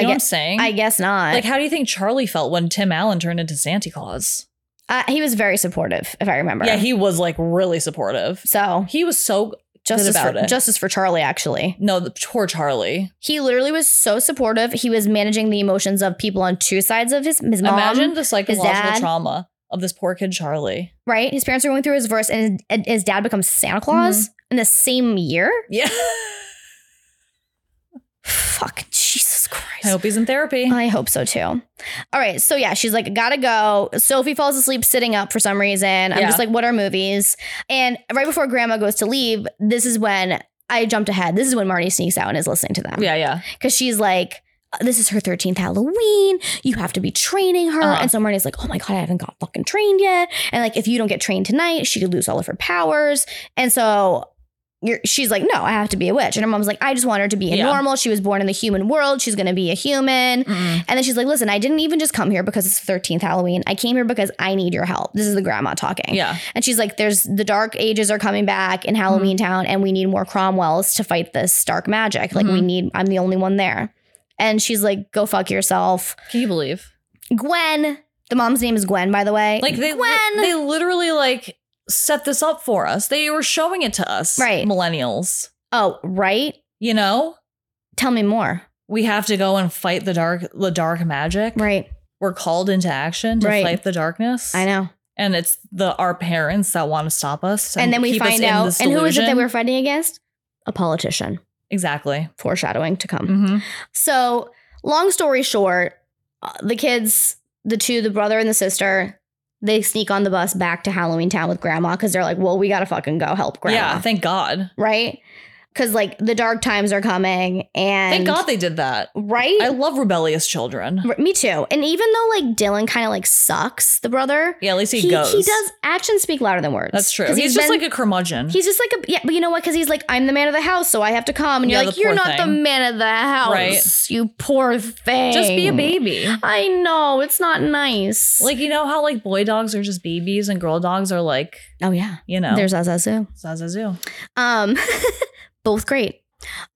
I you get- know what I'm saying? I guess not. like how do you think Charlie felt when Tim Allen turned into Santa Claus? uh, he was very supportive, if I remember. Yeah, he was like really supportive. so He was so justice about for it. justice for Charlie. Actually, no, the, poor Charlie. he literally was so supportive. He was managing the emotions of people on two sides of his his mom. Imagine the psychological dad. trauma of this poor kid Charlie. right? His parents are going through his verse, and his, and his dad becomes Mm-hmm. Santa Claus in the same year. Yeah. Fuck, Jesus Christ. I hope he's in therapy. I hope so too. All right, so yeah, she's like, gotta go. Sophie falls asleep sitting up for some reason. I'm Yeah. just like, what are movies? And right before Grandma goes to leave, this is when I jumped ahead. This is when Marty sneaks out and is listening to them yeah, yeah. because she's like. This is her 13th Halloween. You have to be training her. Uh-huh. And so Marty's like, oh my God, I haven't got fucking trained yet. And like, if you don't get trained tonight, she could lose all of her powers. And so you're, she's like, no, I have to be a witch. And her mom's like, I just want her to be Yeah. normal. She was born in the human world. She's going to be a human. Mm-mm. And then she's like, listen, I didn't even just come here because it's the 13th Halloween. I came here because I need your help. This is the grandma talking. Yeah. And she's like, there's the dark ages are coming back in Halloween Mm-hmm. Town, and we need more Cromwells to fight this dark magic. Like, we Mhm. need, I'm the only one there. And she's like, go fuck yourself. Can you believe? Gwen, the mom's name is Gwen, by the way. Like they Gwen. they literally like set this up for us. They were showing it to us, Right. Millennials, oh, right? you know, Tell me more. we have to go and fight the dark, the dark magic. Right. We're called into action to Right. fight the darkness, I know. and it's the our parents that want to stop us. And, then we keep us find in out. this And who is it that delusion. we're fighting against? A politician. exactly? Foreshadowing to come. Mhm. So, long story short, uh, the kids, the two, the brother and the sister, they sneak on the bus back to Halloween Town with grandma because they're like, well, we got to fucking go help grandma. Yeah, thank God. Right? Because, like, the dark times are coming. And, thank God they did that. Right? I love rebellious children. R- Me too. And even though, like, Dylan kind of, like, sucks, the brother, Yeah, at least he, he, goes. he does actions speak louder than words. That's true. 'Cause He's, just been- like a curmudgeon. He's just like a yeah, but you know what? Because he's like, I'm the man of the house, so I have to come. And you're Yeah, like, the you're poor not the thing. man of the house, Right. you poor thing. just be a baby. I know it's not nice. Like you know how like boy dogs are just babies and girl dogs are like oh yeah, you know there's Azazu. Zazazu. Um, both great.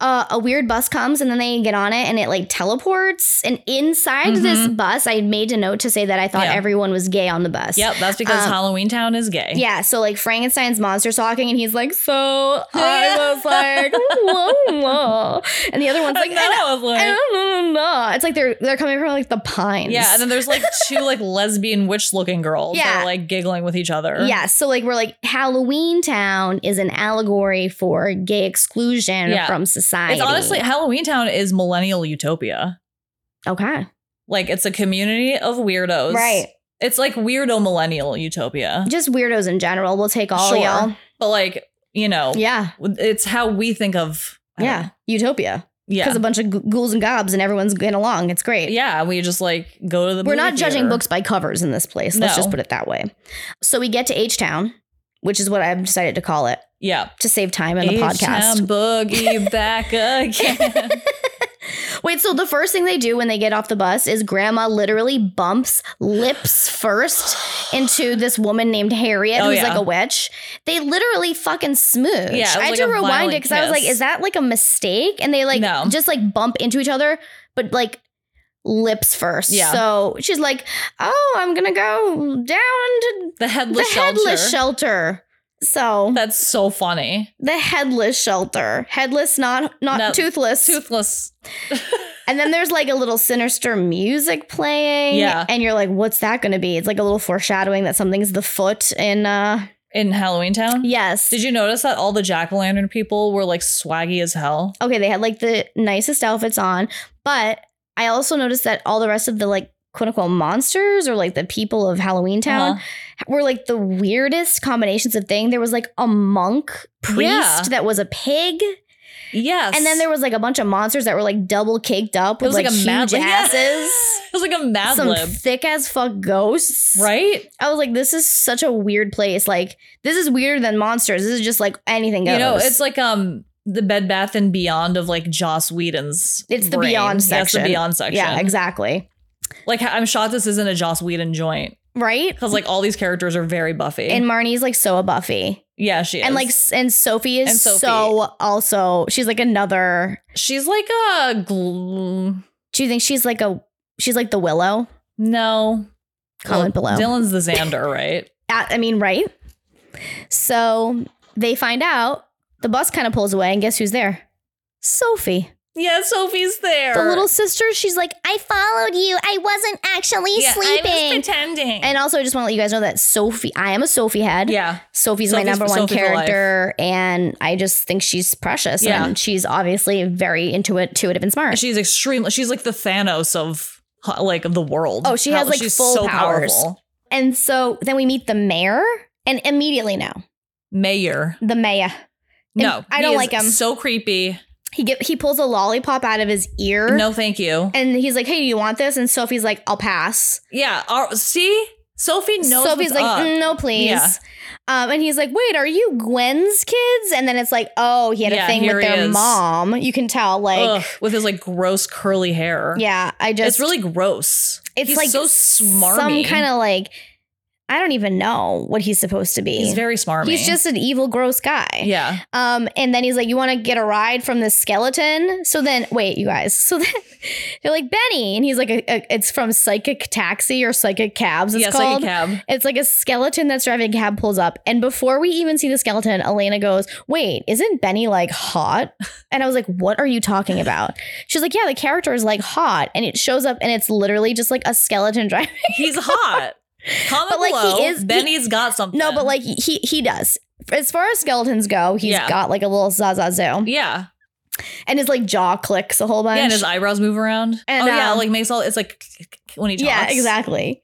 Uh, a weird bus comes and then they get on it and it like teleports. And inside this bus, I made a note to say that I thought Mm-hmm. Yeah. everyone was gay on the bus. Yep, that's because Um, Halloween Town is gay. Yeah, so like Frankenstein's monster's talking, and he's like, "So I was like, whoa, whoa," and the other one's like, and then I was like, no, no, no. It's like they're they're coming from like the pines. yeah, and then there's like two like lesbian witch looking girls that Yeah. are like giggling with each other. yeah. So like we're like Halloween Town is an allegory for gay exclusion Yeah. from society. it's honestly Halloween Town is millennial utopia. okay, Like it's a community of weirdos, right? It's like weirdo millennial utopia, Just weirdos in general. We'll take all Sure. y'all. but like you know, Yeah, it's how we think of I don't yeah. know. Utopia yeah, because a bunch of g- ghouls and gobs and everyone's getting along. It's great. yeah. We just like go to the. We're movie not judging theater. books by covers in this place. Let's No. just put it that way. So we get to H Town, which is what I've decided to call it Yeah, to save time in the podcast. H-Town boogie back again. Wait, Wait, so the first thing they do when they get off the bus is grandma literally bumps lips first into this woman named Harriet, Oh, who's yeah. like a witch. They literally fucking smooch. Yeah, it was I like had to a rewind violent it because I was like, kiss. is that like a mistake? And they like No. just like bump into each other, but like lips first. Yeah. So she's like, oh, I'm going to go down into The headless the shelter. headless shelter. So That's so funny. the headless shelter, headless, not not No, toothless. Toothless. And then there's like a little sinister music playing. Yeah. And you're like, what's that going to be? It's like a little foreshadowing that something's the foot in, uh, In Halloween Town? yes. Did you notice that all the jack o' lantern people were like swaggy as hell? okay. They had like the nicest outfits on. But I also noticed that all the rest of the like quote unquote monsters or like the people of Halloween Town Uh-huh. were like the weirdest combinations of thing. There was like a monk priest Yeah. that was a pig. Yes. And then there was like a bunch of monsters that were like double caked up it with was like, a mad huge lib. Yeah. asses. It was like a mad Some lib. thick as fuck ghosts. Right? I was like, this is such a weird place. Like, this is weirder than monsters. This is just like anything goes. You know, it's like um the Bed Bath and Beyond of like Joss Whedon's. It's the brain. Beyond Yeah, it's section. the Beyond section. yeah, Yeah, exactly. like I'm shocked this isn't a Joss Whedon joint Right? because like all these characters are very Buffy. And Marnie's like so a Buffy, yeah, she is. and like s- and Sophie is And Sophie. so also. She's like another. she's like a gl- Do you think she's like a? She's like the Willow. no. Comment Well, below. Dylan's the Xander, right? At- I mean, right? So they find out the bus kind of pulls away, and guess who's there? Sophie. yeah, Sophie's there. The little sister, she's like, I followed you. I wasn't actually yeah, sleeping. I was pretending. And also, I just want to let you guys know that Sophie, I am a Sophie head. yeah, Sophie's, my Sophie's- number one Sophie for life. character, and I just think she's precious. Yeah. And she's obviously very intuit- intuitive and smart. she's extremely. She's like the Thanos of like of the world. Oh, she has, How- like, she's full so powers. powerful. and so then we meet the mayor, and immediately now, Mayor. the mayor. No, I he don't is like him. So creepy. He get, he pulls a lollipop out of his ear. No, thank you. And he's like, hey, do you want this? And Sophie's like, I'll pass. Yeah. Our, see, Sophie knows. Sophie's what's like, up. "Mm, no, please. Yeah. Um, and he's like, wait, are you Gwen's kids? And then it's like, oh, he had Yeah, a thing here with he their is. mom. You can tell, like, Ugh, with his like gross curly hair. yeah, I just it's really gross. It's He's like so smarmy. some kind of like I don't even know what he's supposed to be. He's very smarmy. He's just an evil, gross guy. yeah. Um, and then he's like, "You want to get a ride from this skeleton?" So then, wait, you guys. So then they're like Benny, and he's like, a, a- "It's from Psychic Taxi or Psychic Cabs." It's Yes, called. like a cab. It's like a skeleton that's driving a cab pulls up. And before we even see the skeleton, Elena goes, Wait, isn't Benny like hot? And I was like, What are you talking about? She's like, Yeah, the character is like hot. And it shows up and it's literally just like a skeleton driving. He's hot. Comment But, like, he below. is- he- Benny's got something. No, but like he he does. As far as skeletons go, he's Yeah. got like a little zaza zoom. yeah, And his like jaw clicks a whole bunch. yeah, and his eyebrows move around. And, oh yeah, um, like makes all. It's like when he talks. Yeah, exactly.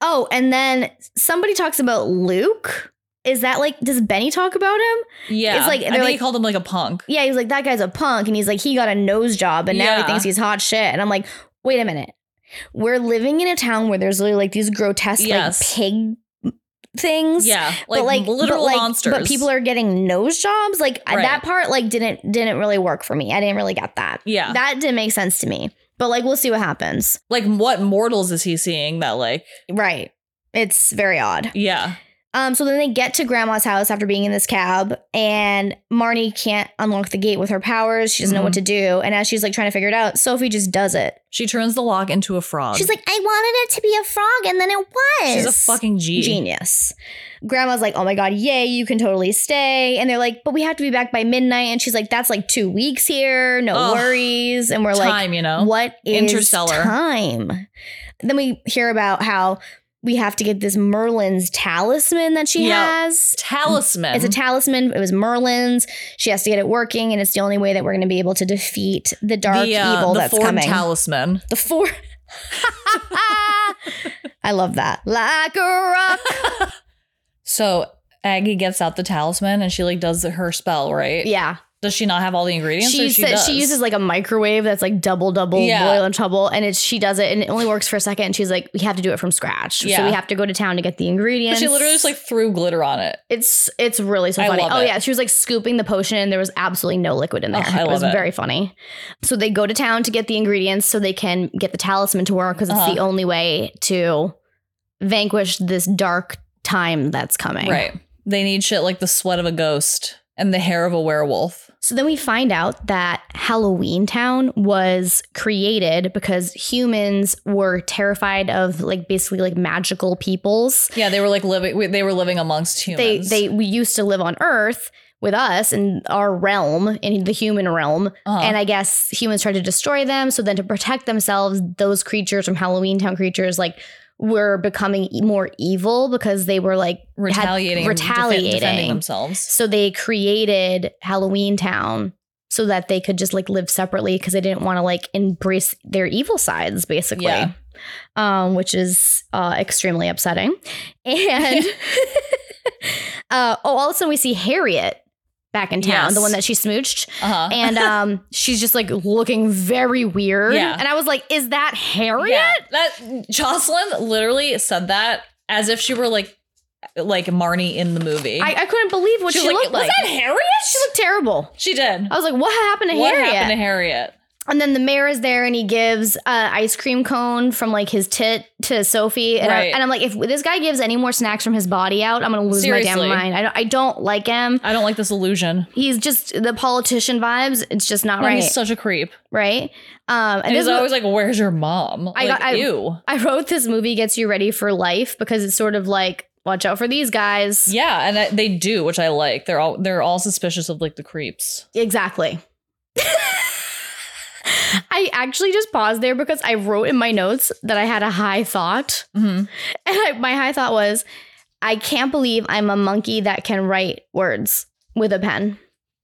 Oh, and then somebody talks about Luke. Is that like does Benny talk about him? Yeah, It's like- I they're think he like- called him like a punk. yeah, he's like, that guy's a punk. And he's like, he got a nose job and now he Yeah. thinks he's hot shit. And I'm like, wait a minute. We're living in a town where there's literally like these grotesque Yes. like pig things. Yeah, like, literal like- monsters. But people are getting nose jobs. Like I- Right. that part like didn't didn't really work for me. I didn't really get that. Yeah, That didn't make sense to me. But like we'll see what happens. like what mortals is he seeing that like? Right. It's very odd. Yeah, Um, so then they get to grandma's house after being in this cab, and Marnie can't unlock the gate with her powers. She doesn't know what Mm-hmm. to do. And as she's like trying to figure it out, Sophie just does it. she turns the lock into a frog. She's like, I wanted it to be a frog, and then it was. Um, she's a fucking G. genius. Grandma's like, Oh my God, yay, you can totally stay. And they're like, But we have to be back by midnight. And she's like, That's like two weeks here. No Ugh. worries. And we're like, Time, you know. what is Interstellar. time? Then we hear about how we have to get this Merlin's talisman that she Yeah. has. Talisman. It's a talisman. It was Merlin's. She has to get it working, and it's the only way that we're going to be able to defeat the dark the, uh, evil the that's Ford coming. talisman. the four. I love that. Like a rock. So Aggie gets out the talisman and she like does her spell, right? Yeah. Does she not have all the ingredients? she or said does? she uses like a microwave that's like double double Yeah. boil and trouble and it's she does it and it only works for a second and she's like we have to do it from scratch so Yeah. we have to go to town to get the But ingredients she literally just like threw glitter on it. it's it's really so I funny love oh it. yeah she was like scooping the potion and there was absolutely no liquid in Oh, there I it was love it. very funny so they go to town to get the ingredients so they can get the talisman to work because it's the Uh-huh. only way to vanquish this dark time that's coming Right. They need shit like the sweat of a ghost and the hair of a werewolf. So then we find out that Halloween Town was created because humans were terrified of like basically like magical peoples. Yeah, they were like living. we- They were living amongst humans. They they we used to live on Earth with us in our realm in the human realm, Uh-huh. and I guess humans tried to destroy them. So then to protect themselves, those creatures from Halloween Town creatures like were becoming e- more evil because they were like had- retaliating, and defe- retaliating. defending themselves. So they created Halloween Town so that they could just like live separately because they didn't want to like embrace their evil sides, basically. Yeah. Um, which is uh, extremely upsetting. And uh, oh, all of a sudden we see Harriet back in town, Yes. the one that she smooched. Uh huh. And um, she's just like looking very weird. Yeah. And I was like, is that Harriet? Yeah, that Jocelyn literally said that as if she were like, like Marnie in the movie. I, I couldn't believe what she, was like, looked like. Was that Harriet? She looked terrible. She did. I was like, what happened to what Harriet? happened to Harriet? And then the mayor is there and he gives a ice cream cone from like his tit to Sophie. And, Right. I, am like, if this guy gives any more snacks from his body out, I'm going to lose my damn Seriously. mind. I don't, I don't like him. I don't like this illusion. He's just the politician vibes. It's just not No, right. He's such a creep. right. Um, and And this he's mo- always like, "Where's your mom?" I like, got- I- ew. I wrote this movie gets you ready for life because it's sort of like, watch out for these guys. Yeah, and I, they do, which I like. They're all they're all suspicious of like the creeps. Exactly. I actually just paused there because I wrote in my notes that I had a high thought. Mhm. And I, my high thought was, I can't believe I'm a monkey that can write words with a pen.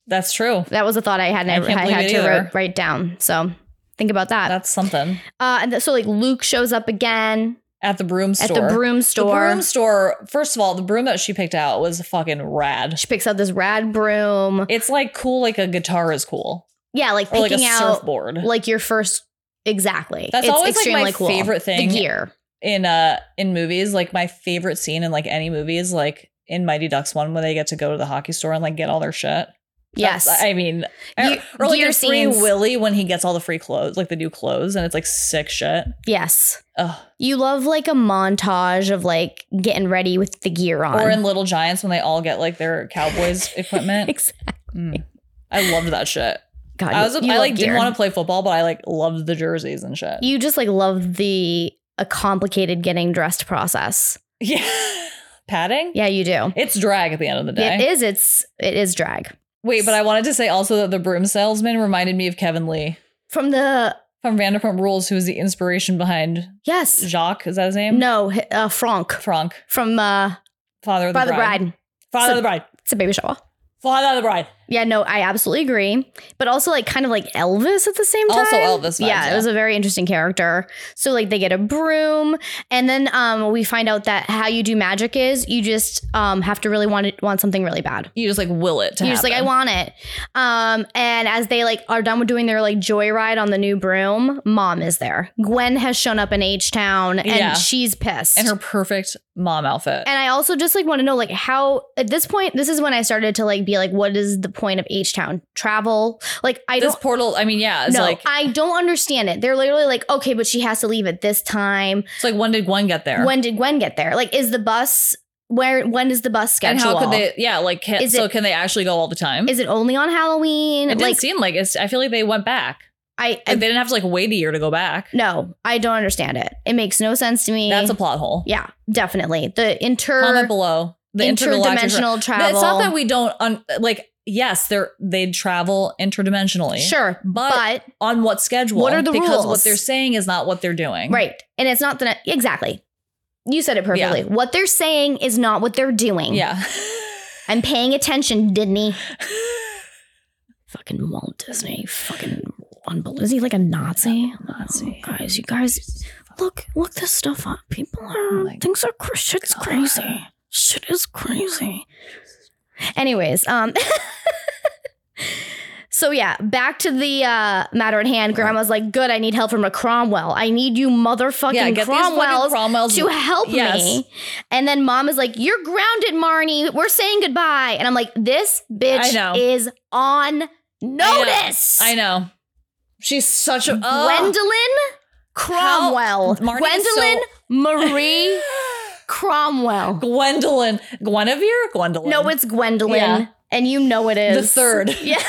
That's true. That was a thought I had, and I I, can't I believe had it to either. write, write down. So think about that. That's something. Uh, and th- so, like, Luke shows up again At the broom store. at the broom The store. broom store. First of all, the broom that she picked out was fucking rad. she picks up this rad broom. It's like cool, like a guitar is cool, Yeah, like or like picking a out surfboard. like your first exactly. That's it's always, like, extremely my cool. favorite thing. The gear. in uh in movies like my favorite scene in like any movie is like in mighty ducks one when they get to go to the hockey store and like get all their shit Yes. That's- i mean Gear- or like gear in free scenes. willy when he gets all the free clothes like the new clothes and it's like sick shit yes. Ugh. You love like a montage of like getting ready with the gear on. or in little giants when they all get like their cowboys equipment Exactly. Mm. i loved that shit God, i was you i love like didn't gear. want to play football but i like loved the jerseys and shit you just like love the a complicated getting dressed process. yeah padding Yeah, you do. it's drag at the end of the day It is. It's it is drag wait but i wanted to say also that the broom salesman reminded me of kevin lee from the from Vanderpump Rules, who is the inspiration behind yes Jacques. Is that his name? no h- uh, Franck Franck, from uh, father of the By the bride. Bride. Father of the bride. It's a baby shower. Father of the bride. Yeah, no, I absolutely agree. But also like kind of like Elvis at the same time. Also Elvis vibes, yeah, yeah. it was a very interesting character. So like they get a broom and then um we find out that how you do magic is you just um have to really want it want something really bad. You just like will it to You're just like, I happen. want it. Um, and as they like are done with doing their like joyride on the new broom, mom is there. Gwen has shown up in H Town and Yeah. she's pissed. And her perfect mom outfit. And I also just like want to know like how at this point, this is when I started to like be like, what is the point of H Town? Travel? Like I this don't portal, I mean, yeah, it's no, like I don't understand it. They're literally like, okay, but she has to leave at this time. it's like when did Gwen get there? When did Gwen get there? Like, is the bus where? When is the bus and schedule? how could they? Yeah, like can, Is so it- can they actually go all the time? Is it only on Halloween? it didn't like, seem like it's. I feel like they went back. I, Like I they didn't have to like wait a year to go back. no, I don't understand it. It makes no sense to me. That's a plot hole. yeah, definitely the Comment inter below the intergalactic. tra- interdimensional travel. It's not that we don't un- like. Yes, they're they travel interdimensionally. sure, but but on what schedule. What are the because what rules? they're saying is not what they're doing. right, and it's not that exactly. You said it perfectly. What they're saying is not what they're doing. Yeah. I'm paying attention, Disney. fucking Walt Disney. Fucking unbelievable. Is he like a Nazi? Nazi. Oh, guys, you guys, look, look this stuff up. People Oh are my things are cra- shit's God. crazy. Shit is crazy. Anyways, um. So yeah, back to the uh, matter at hand. Grandma's like, "Good, I need help from a Cromwell. I need you, motherfucking yeah, get Cromwells, these fucking Cromwells to help Yes. me." And then mom is like, "You're grounded, Marnie. We're saying goodbye." And I'm like, "This I bitch know. is on notice." I know. She's such a oh. Gwendolyn Cromwell. Marnie is Gwendolyn Marie Cromwell. Gwendolyn. Guinevere? Gwendolyn. No, it's Gwendolyn. Yeah. And you know it is. the third. Yeah.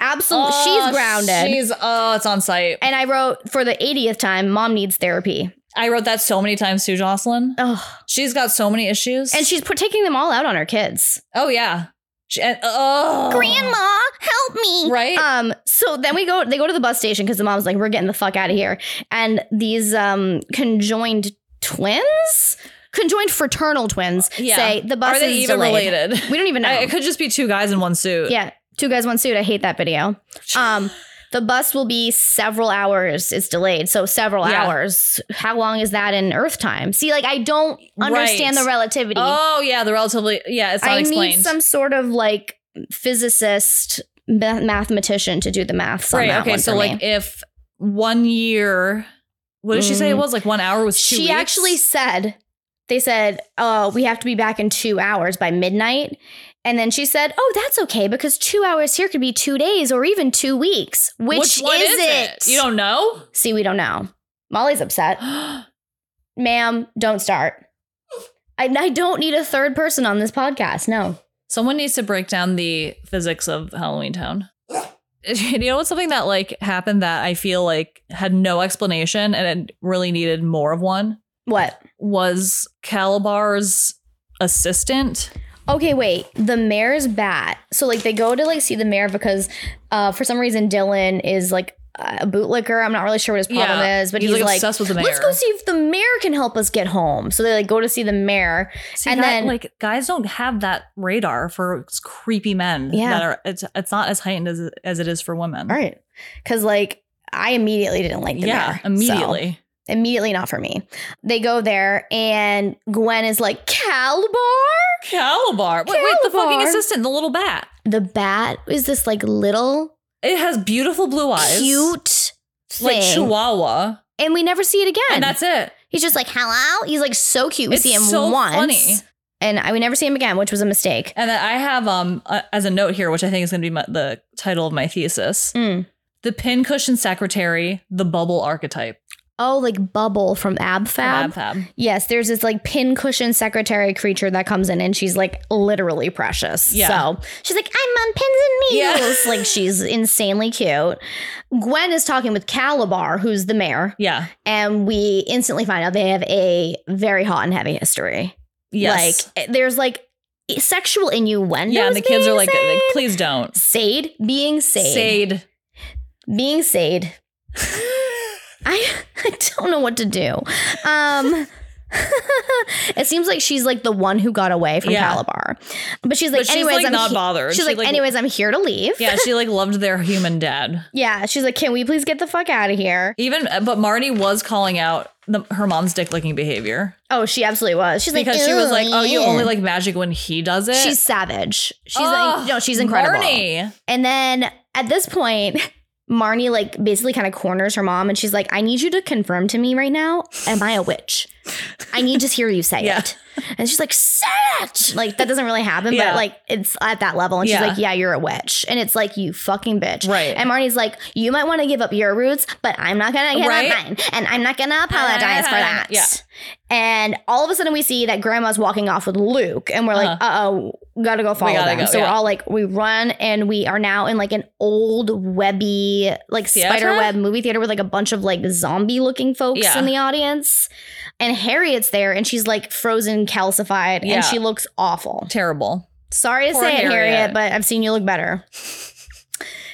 Absolutely. Oh, she's grounded. She's oh, it's on site. and I wrote for the 80th time, mom needs therapy. I wrote that so many times too, Jocelyn. Oh. She's got so many issues. And she's put- taking them all out on her kids. Oh yeah. She, and, oh. Grandma, help me. Right? Um, so then we go they go to the bus station because the mom's like, we're getting the fuck out of here. And these um conjoined twins? Conjoined fraternal twins Uh, Yeah. say the bus Are they is even delayed. related? We don't even know. I, it could just be two guys in one suit. Yeah, two guys, one suit. I hate that video. Um, the bus will be several hours. It's delayed, so several Yeah. hours. How long is that in Earth time? See, like I don't understand Right. the relativity. Oh yeah, the relatively yeah, it's not I explained. need some sort of like physicist, ma- mathematician to do the maths on right. that Okay. one So for like me. if one year, what did she say it Mm. was? Like one hour was two. she weeks? actually said, they said, "Oh, we have to be back in two hours by midnight." And then she said, "Oh, that's okay because two hours here could be two days or even two weeks. Which, one is, it? You don't know. See, we don't know. Molly's upset. Ma'am, don't start. I, I don't need a third person on this podcast. No. Someone needs to break down the physics of Halloween Town. You know what's something that like happened that I feel like had no explanation and it really needed more of one What? was Calabar's assistant. Okay, wait. The mayor's bat. So like they go to like see the mayor because uh for some reason Dylan is like a bootlicker. I'm not really sure what his problem Yeah. is, but he's, he's, like, like, obsessed with the mayor. let's go see if the mayor can help us get home. So they like go to see the mayor. See, and guy- then- like guys don't have that radar for creepy men. Yeah. that are it's it's not as heightened as as it is for women. All right. Cause like I immediately didn't like the yeah, mayor. So- immediately. immediately not for me. They go there and Gwen is like, Calabar? Calabar. Wait, wait, the fucking Calabar. assistant, the little bat. The bat is this like little It has beautiful blue eyes, cute like thing. Chihuahua, and we never see it again. and that's it. He's just like, hello. He's like so cute. We It's see him so once. funny. And I, we never see him again, which was a mistake. And then I have um uh, as a note here, which I think is going to be my, the title of my thesis: Mm. the pincushion secretary, the bubble archetype. Oh, like Bubble from Ab Fab. from AbFab. Yes, there's this like pincushion secretary creature that comes in and she's like literally precious. Yeah. So she's like, I'm on pins and needles. Yeah. like she's insanely cute. Gwen is talking with Calabar, who's the mayor, Yeah. and we instantly find out they have a very hot and heavy history. Yes. Like eh, there's like sexual innuendo. yeah. And the kids are like, please don't. Sade being sade. Sade. Being sade. I I don't know what to do. Um It seems like she's like the one who got away from Yeah. Calabar. But she's like, but she's anyways, like I'm not he- bothered. She's She, like, anyways, I'm here to leave. yeah, she like loved their human dad. Yeah, she's like, can we please get the fuck out of here? Even uh, but Marnie was calling out the, her mom's dick licking behavior Oh, she absolutely was. She's like, because she was "Ew, like, "Oh, you yeah." only like Eh. magic when he does it." She's savage. She's Oh, like, no, she's incredible. Marnie. And then at this point, Marnie like basically kind of corners her mom and she's like, I need you to confirm to me right now, am I a witch? I need to hear you say Yeah. it. And she's like, say it. Like that doesn't really happen, Yeah. but like it's at that level. And she's Yeah. like, Yeah, you're a witch. And it's like, you fucking bitch. Right. And Marnie's like, You might want to give up your roots, but I'm not gonna give Right. Uh-huh. up mine. And I'm not gonna apologize for that. Yeah. And all of a sudden we see that grandma's walking off with Luke, and we're like, uh oh, gotta go follow Uh-huh. gotta them. go, so we're yeah. all like, we run and we are now in like an old webby, like Theater? spider web movie theater with like a bunch of like zombie looking folks Yeah. in the audience. And Harriet's there and she's like frozen calcified Yeah. and she looks awful. terrible. Sorry to Poor say it, Harriet, Harriet. but I've seen you look better.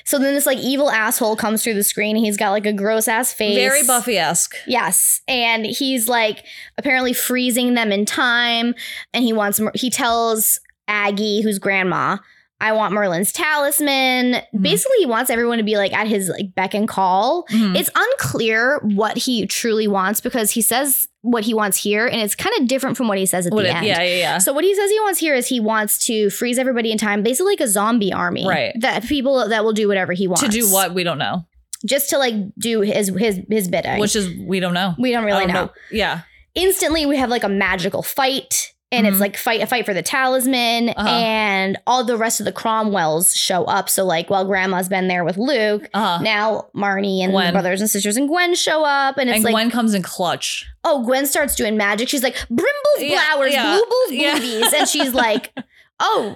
so then this like evil asshole comes through the screen and he's got like a gross ass face. Very Buffy esque. Yes, and he's like apparently freezing them in time, and he wants. He tells Aggie, who's grandma, I want Merlin's talisman. Mhm. Basically, he wants everyone to be like at his like beck and call. Mhm. It's unclear what he truly wants because he says what he wants here, and it's kind of different from what he says at What the it- end. yeah, yeah, yeah. So what he says he wants here is he wants to freeze everybody in time, basically like a zombie army, Right. That people that will do whatever he wants to do what we don't know, just to like do his his his bidding. which is we don't know. we don't really I don't know. Yeah, Instantly, we have like a magical fight, and Mhm. it's like fight a fight for the talisman, Uh-huh. and all the rest of the Cromwells show up. So like, while Grandma's been there with Luke, uh, now Marnie and the Gwen. brothers and sisters and Gwen show up, and it's and like, Gwen comes in clutch. oh, Gwen starts doing magic. She's like, Brimble's Yeah, blowers, yeah, blue bluebles, yeah. boobies, and she's like, oh,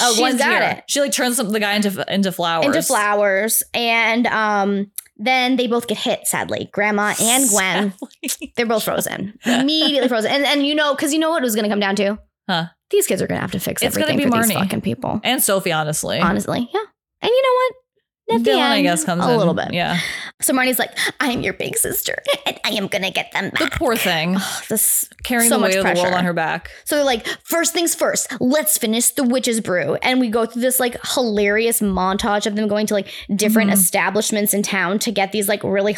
Oh, she's Gwen's got here. it. She like turns some, the guy into into flowers. into flowers and um then they both get hit sadly grandma uh, and gwen Sadly. they're both frozen immediately frozen and and you know because you know what it was gonna come down to Huh. these kids are gonna have to fix It's gonna everything be for these Marnie. fucking people and Sophie, honestly. honestly yeah and you know what At the Dylan, I end, guess, comes a in. little bit Yeah, so marnie's like i'm your big sister and i am gonna get them the back poor thing this carrying So the much weight of the world pressure. on her back. so they're like first things first let's finish the witch's brew and we go through this like hilarious montage of them going to like different Mhm. establishments in town to get these like really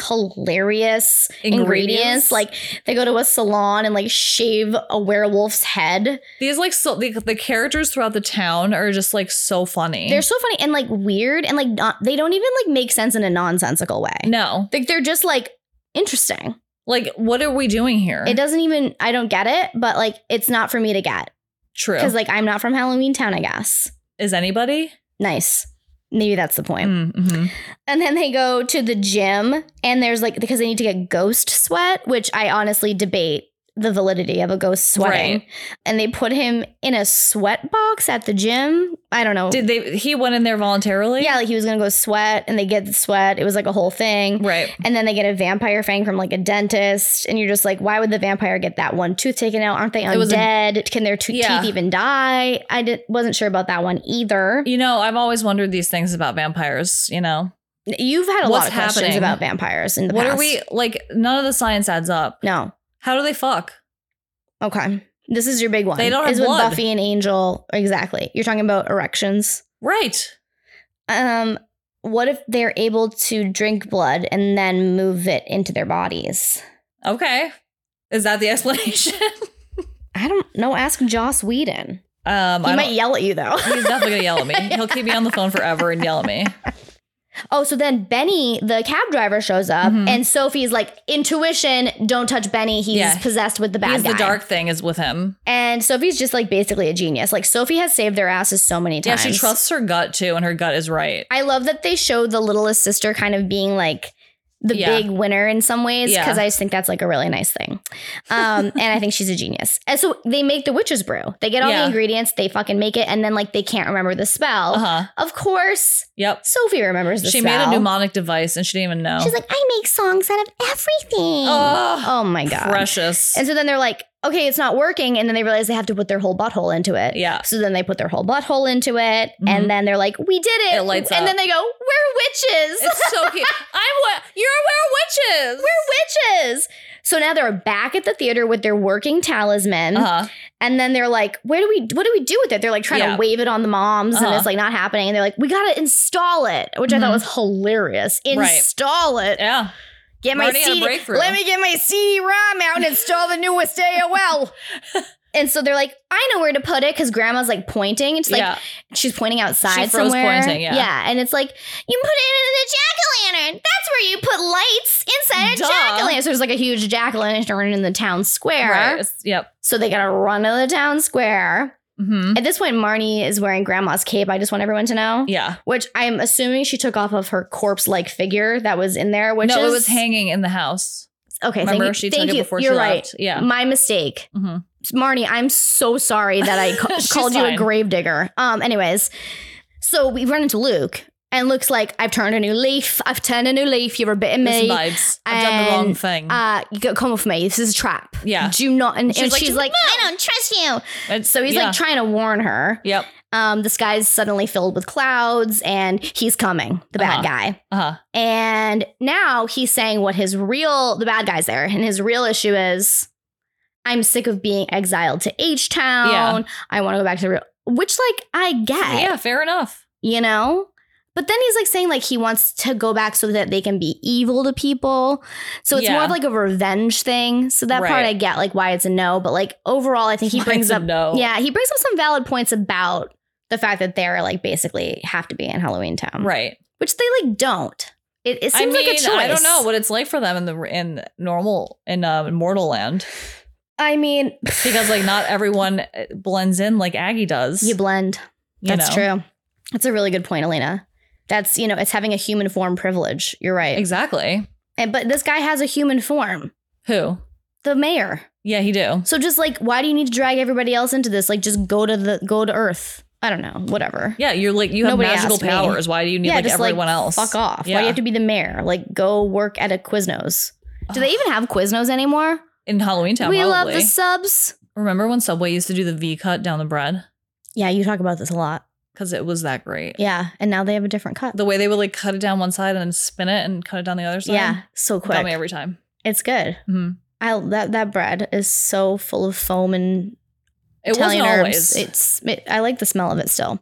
hilarious ingredients. Like they go to a salon and like shave a werewolf's head. These like so the, the characters throughout the town are just like so funny. They're so funny and like weird and like not, they don't even like make sense in a nonsensical way. no, Like they're just like interesting. like what are we doing here? It doesn't even I don't get it, but like it's not for me to get True. because like I'm not from Halloween Town, I guess. Is anybody? Nice. Maybe that's the point. Mm, mhm. And then they go to the gym and there's like because they need to get ghost sweat, which I honestly debate the validity of a ghost sweating. Right. And they put him in a sweat box at the gym. I don't know. Did they? He went in there voluntarily. Oh. yeah, like he was gonna go sweat and they get the sweat. It was like a whole thing. Right. And then they get a vampire fang from like a dentist, and you're just like, why would the vampire get that one tooth taken out? Aren't they It was a- undead? Can their two Yeah. teeth even die? I did, wasn't sure about that one either. You know, I've always wondered these things about vampires. You know, You've had a What's lot of questions happening? about vampires in the what past. are we like? None of the science adds up. No. How do they fuck? Okay. This is your big one. They don't have is with blood. Buffy and Angel. Exactly. You're talking about erections. Right. Um, what if they're able to drink blood and then move it into their bodies? Okay. Is that the explanation? I don't know. Ask Joss Whedon. um, He might I might- yell at you though. he's definitely gonna yell at me. He'll keep me on the phone forever and yell at me. oh, so then Benny, the cab driver, shows up, Mhm. and Sophie's like, "Intuition, don't touch Benny. He's Yeah. possessed with the bad He's guy." the dark thing is with him. And Sophie's just like basically a genius. Like Sophie has saved their asses so many Yeah, times. she trusts her gut too, and her gut is right. I love that they show the littlest sister kind of being like the Yeah. big winner in some ways Yeah. because I just think that's like a really nice thing. Um, and I think she's a genius. And so they make the witch's brew. They get all Yeah. the ingredients, they fucking make it, and then like they can't remember the spell. Uh huh. Of course, Yep. Sophie remembers the She spell. made a mnemonic device, and she didn't even know. She's like, I make songs out of everything. oh, oh my god. precious. And so then they're like, okay, it's not working. And then they realize they have to put their whole butthole into it. Yeah. So then they put their whole butthole into it. Mhm. And then they're like, we did it. It lights and up. then they go, we're witches. It's so cute. I'm what you're aware witches. We're witches. So now they're back at the theater with their working talisman. Uh-huh. And then they're like, where do we what do we do with it? They're like trying Yeah. to wave it on the moms and Uh-huh. it's like not happening. And they're like, we gotta install it, which I Mhm. thought was hilarious. Right. Install it. Yeah. Get my Marty had a CD. breakthrough. Let me get my CD-ROM out and install the newest AOL. and so they're like, I know where to put it because grandma's like pointing. It's like yeah. she's pointing outside She froze somewhere. pointing, yeah. and it's like you put it in the jack o' lantern. That's where you put lights inside Duh. a jack o' lantern. So there's like a huge jack o' lantern in the town square. Right. It's- Yep. So they gotta run to the town square. hmm At this point, Marnie is wearing grandma's cape. I just want everyone to know. Yeah. Which I'm assuming she took off of her corpse-like figure that was in there. Which no, is, it was hanging in the house. Okay, Remember, thank you. she thank took you. it before You're she right. left. Yeah. My mistake. Mhm. Marnie, I'm so sorry that I ca- She's called you fine. a gravedigger. Um, anyways, so we run into Luke, and Luke's like, "I've turned a new leaf. I've turned a new leaf. You're a bit of This me. vibes. I've done the wrong and, thing. Uh, you got come with me. This is a trap. Yeah. do not." And, She's and like, she's "Do like, "I don't trust you." It's- So he's yeah. like trying to warn her. Yep. Um, the sky's suddenly filled with clouds, and he's coming, the bad Uh-huh. guy. Uh huh. And now he's saying what his real the bad guy's there, and his real issue is I'm sick of being exiled to H Town. I want to go back to real which like I get, Yeah, fair enough. you know? But then he's like saying like he wants to go back so that they can be evil to people. So it's Yeah. more of like a revenge thing. So that part Right. I get like why it's a no, but like overall I think he Why brings it's a up no. Yeah, he brings up some valid points about the fact that they're like basically have to be in Halloween Town. Right. Which they like don't. It, it I seems mean, like a choice. I don't know what it's like for them in the in normal in uh, mortal land I mean because like not everyone uh, blends in like Aggie does. you blend. you That's know? true. That's a really good point, Elena. That's you know, it's having a human form privilege. You're right. Exactly. And but this guy has a human form. Who? The mayor. Yeah, he do. So just like, why do you need to drag everybody else into this? Like, just go to the go to Earth. I don't know. Whatever. Yeah, you're like you have Nobody magical asked me. powers. Why do you need like just everyone else? Fuck off. Why do Yeah. you have to be the mayor? Like, go work at a Quiznos. Do they Ugh. even have Quiznos anymore? in Halloween Town? we love probably. the subs. Remember when Subway used to do the V cut down the bread Yeah, you talk about this a lot. because it was that great. Yeah, and now they have a different cut. The way they would like cut it down one side and then spin it and cut it down the other side. yeah, so got me quick. every time. It's good. Mhm. I that that bread is so full of foam and It Italian wasn't herbs. always. It's it, I like the smell of it still.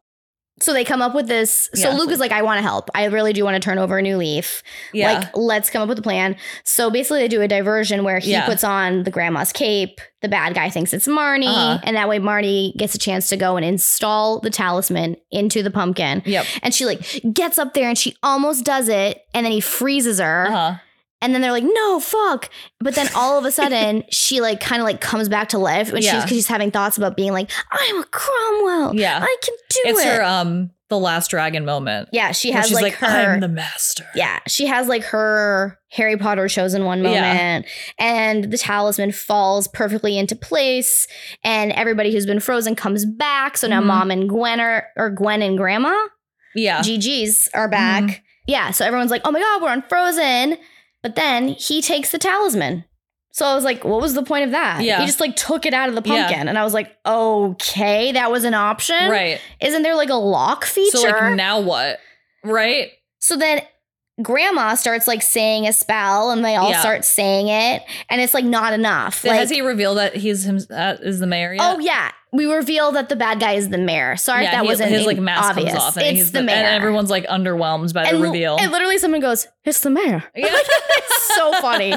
So they come up with this. So Yeah. Luke is like, I want to help. I really do want to turn over a new leaf. yeah, Like, let's come up with a plan. So basically, they do a diversion where he Yeah. puts on the grandma's cape. The bad guy thinks it's Marnie, Uh-huh. and that way Marnie gets a chance to go and install the talisman into the pumpkin. yep. And she like gets up there and she almost does it, and then he freezes her. Uh huh. And then they're like, no, fuck. But then all of a sudden, she like kind of like comes back to life when she's Yeah. because she's having thoughts about being like, I'm a Cromwell. Yeah. I can do it's it. her um the last dragon moment. yeah, she where has she's like, her. I'm the master. yeah, she has like her Harry Potter chosen one moment, Yeah. and the talisman falls perfectly into place, and everybody who's been frozen comes back. So now Mhm. mom and Gwen are or Gwen and Grandma Yeah. Mm-hmm. GGs are back. Yeah, so everyone's like, oh my God, we're on Frozen. But then he takes the talisman. So I was like, what was the point of that? Yeah. He just like took it out of the Yeah. pumpkin. And I was like, okay, that was an option. Right. Isn't there like a lock feature? So like now what? Right? So then grandma starts like saying a spell and they all Yeah. start saying it. And it's like not enough. Th- like, Has he revealed that he's him uh, is the mayor yet? Oh yeah. We reveal that the bad guy is the mayor. Sorry if that he- wasn't his like mask obvious. comes off and it's he's the, mayor. and everyone's like underwhelmed by the and, reveal. and literally someone goes, It's the mayor. yeah. It's so funny.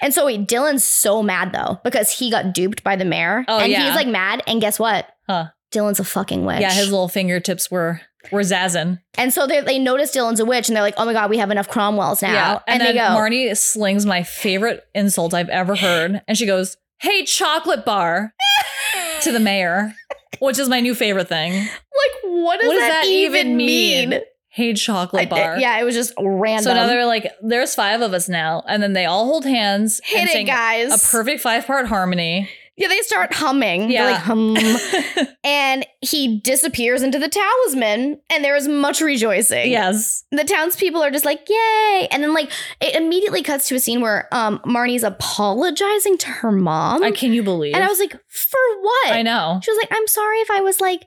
And so wait, Dylan's so mad though because he got duped by the mayor, Oh, and yeah. he's like mad. And guess what? Huh. Dylan's a fucking witch. Yeah, his little fingertips were were zazzing. and so they they notice Dylan's a witch, and they're like, "Oh my god, we have enough Cromwells now." Yeah. And, And, they then go, Marnie slings my favorite insult I've ever heard. And she goes, Hey, chocolate bar to the mayor, which is my new favorite thing. "Like, what does, what does that, that even even mean?" mean? Hey, chocolate bar. I- yeah, it was just random. So now they're like, there's five of us now. And then they all hold hands. hit and it, sing guys. A perfect five part harmony. yeah, they start humming. They're Yeah. like, hum. and he disappears into the talisman, and there is much rejoicing. yes. the townspeople are just like, yay. And then like it immediately cuts to a scene where um Marnie's apologizing to her mom. I, can you believe? Um, and I was like, for what? I know. She was like, I'm sorry if I was like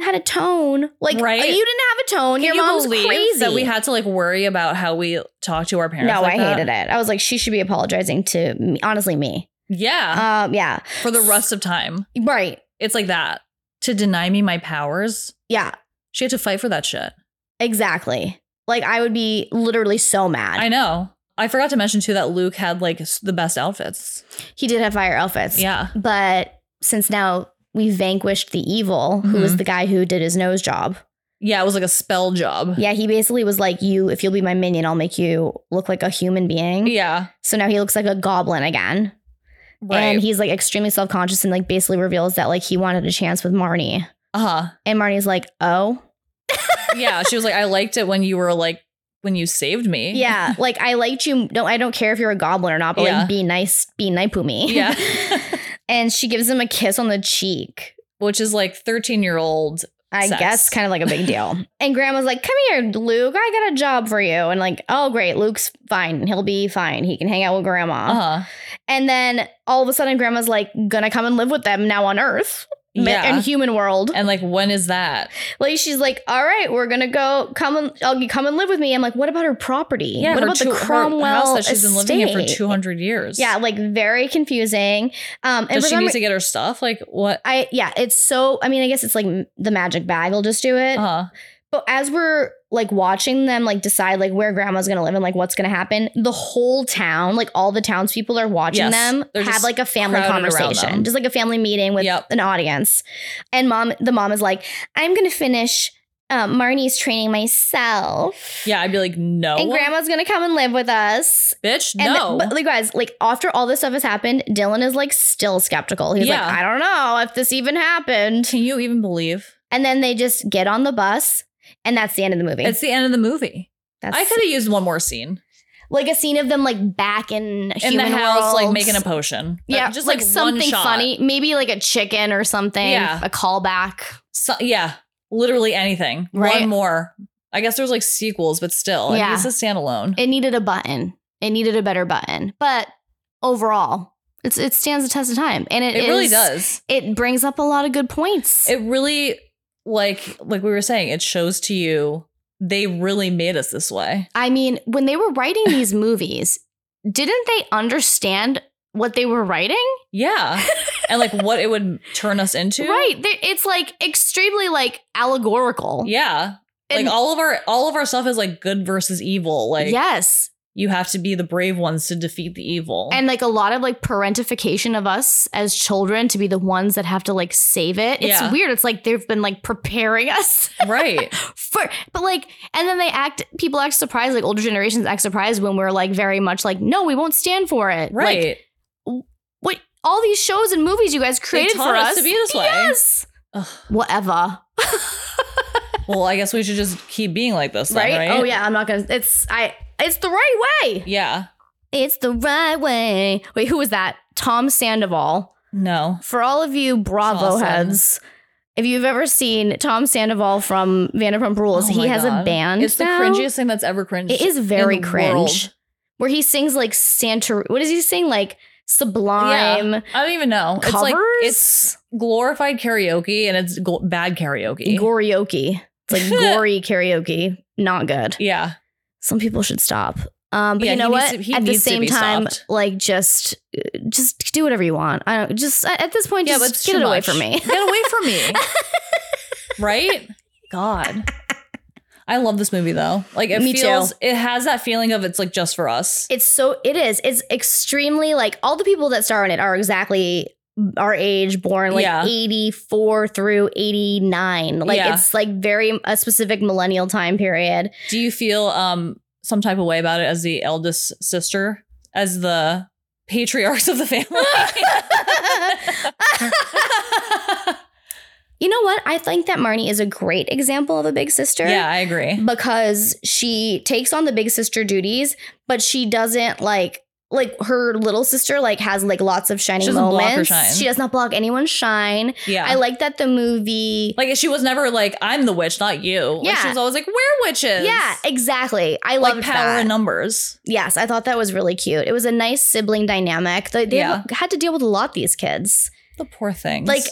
had a tone. Like Right? you didn't have a tone. Your Can you mom's believe crazy. that we had to like worry about how we talk to our parents? no, like I that? hated it. I was like, she should be apologizing to me, honestly me. Yeah, Um, yeah, for the rest of time. right, It's like that. To deny me my powers, yeah, she had to fight for that shit. exactly. Like I would be literally so mad. I know. I forgot to mention too that Luke had like s- the best outfits. he did have fire outfits. Yeah. But since now we vanquished the evil, who was Mhm. the guy who did his nose job. Yeah, it was like a spell job. Yeah, he basically was like, You, if you'll be my minion, I'll make you look like a human being. Yeah. So now he looks like a goblin again. Right. And he's like extremely self conscious and like basically reveals that like he wanted a chance with Marnie. uh-huh. And Marnie's like, Oh, yeah, she was like, I liked it when you were like, when you saved me. yeah, like I liked you. No, I don't care if you're a goblin or not, but Yeah. like be nice, be Naipumi. Yeah. and she gives him a kiss on the cheek. Which is like 13 year old. I Sucks. guess kind of like a big deal. and grandma's like, Come here, Luke, I got a job for you. And like, Oh, great, Luke's fine. He'll be fine. He can hang out with grandma. Uh huh. And then all of a sudden, grandma's like, Gonna come and live with them now on Earth. ma- Yeah. and human world. And like, when is that? Like she's like, all right, we're gonna go come and I'll you come and live with me. I'm like, what about her property? what her about two- the her Cromwell house that she's been living in for estate? two hundred years. Yeah, like very confusing. Um, and Does she remember- need to get her stuff? Like what? I yeah, it's so. I mean, I guess it's like m- the magic bag will just do it. Uh, But as we're like watching them like decide like where grandma's gonna live and like what's gonna happen, the whole town, like all the townspeople are watching Yes, them they're have just like a family crowded around conversation, them. just like a family meeting with Yep. an audience. And mom, the mom is like, "I'm gonna finish um, Marnie's training myself." yeah, I'd be like, no, And grandma's gonna come and live with us. bitch, And no. but like guys, like after all this stuff has happened, Dylan is like still skeptical. He's Yeah. like, I don't know if this even happened. Can you even believe? And then they just get on the bus, and that's the end of the movie. It's the end of the movie. that's I could have used one more scene like a scene of them like back in in the human house, like world. making a potion. yeah, just like, one something shot. funny, maybe like a chicken or something. Yeah. a callback. So, yeah, literally anything. Right. One more. I guess there's like sequels, but still, Yeah. yeah. it's a standalone. It needed a button. It needed a better button. But overall, it's it stands the test of time, and It, really is- does. It brings up a lot of good points. It really like like we were saying, it shows to you they really made us this way. I mean, when they were writing these movies, didn't they understand what they were writing? Yeah. and like what it would turn us into. Right. They- It's like extremely like allegorical. Yeah. And- like all of our all of our stuff is like good versus evil. Like yes. you have to be the brave ones to defeat the evil. And like a lot of like parentification of us as children to be the ones that have to like save it. It's Yeah. weird. It's like they've been like preparing us right. for, but like, and then they act, people act surprised, like older generations act surprised when we're like very much like, no, we won't stand for it. Right. Like, what all these shows and movies you guys created taught for us us, to be this way. Yes. Ugh. Whatever. well, I guess we should just keep being like this, then, right? right? Oh yeah, I'm not gonna. It's I. It's the right way. Yeah. It's the right way. Wait, who was that? Tom Sandoval. No. For all of you Bravo Awesome. heads, if you've ever seen Tom Sandoval from Vanderpump Rules, Oh he my has a God. band. It's the now. cringiest thing that's ever cringe. It is very in the cringe. world. Where he sings like Santa. What does he sing? Like Sublime. I don't even know. It's like Covers? it's glorified karaoke and it's gl- bad karaoke. Goryoki. It's like gory karaoke. Not good. yeah. some people should stop. Um, but Yeah, you know he needs what? to- he at the needs to same be time, stopped. like just, just do whatever you want. I don't just at this point, Yeah, but just it's get too it away much. from me. Get away from me. right? God. I love this movie though. Like it Me too. feels it has that feeling of it's like just for us. It's so it is. It's extremely like all the people that star in it are exactly our age, born like Yeah. eighty four through eighty nine. Like Yeah. it's like very a specific millennial time period. Do you feel um some type of way about it as the eldest sister, as the patriarchs of the family? You know what? I think that Marnie is a great example of a big sister. yeah, I agree. because she takes on the big sister duties, but she doesn't like like her little sister like has like lots of shining She doesn't block her moments. shine. She does not block anyone's shine. Yeah. I like that the movie. like she was never like, I'm the witch, not you. Like, Yeah. she was always like, We're witches. yeah, exactly. I Like love power that. in numbers. yes, I thought that was really cute. It was a nice sibling dynamic. They, they Yeah. had to deal with a lot these kids. The poor things. Like,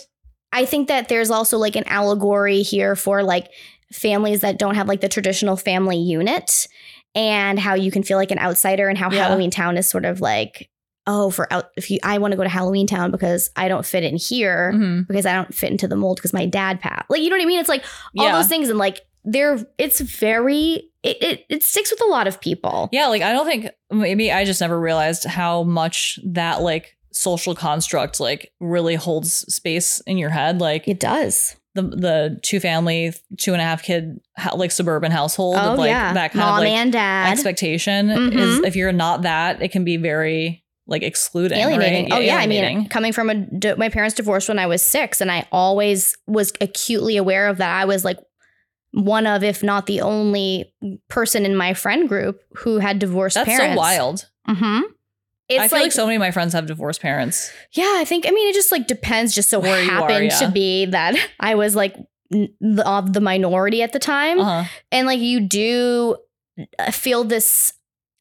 I think that there's also like an allegory here for like families that don't have like the traditional family unit and how you can feel like an outsider and how Yeah. Halloween Town is sort of like oh for out if you I want to go to Halloween Town because I don't fit in here Mhm. because I don't fit into the mold because my dad passed. Like you know what I mean? It's like all yeah. those things and like they're it's very it, it it sticks with a lot of people. Yeah, like I don't think maybe I just never realized how much that like social construct like really holds space in your head. Like It does. the the two family, two and a half kid ho- like suburban household Oh of like yeah. that kind Mom of like and dad. expectation is Mhm. if you're not that, it can be very like excluding. alienating. right? Oh yeah, I mean, alienating. coming from a d- my parents divorced when I was 6 and I always was acutely aware of that. I was like one of if not the only person in my friend group who had divorced that's parents. so wild. Mhm. It's I feel like, so many of my friends have divorced parents. yeah, I think I mean it just like depends just so Where you are, happened to yeah. be that I was like n- the, of the minority at the time Uh-huh. and like you do uh, feel this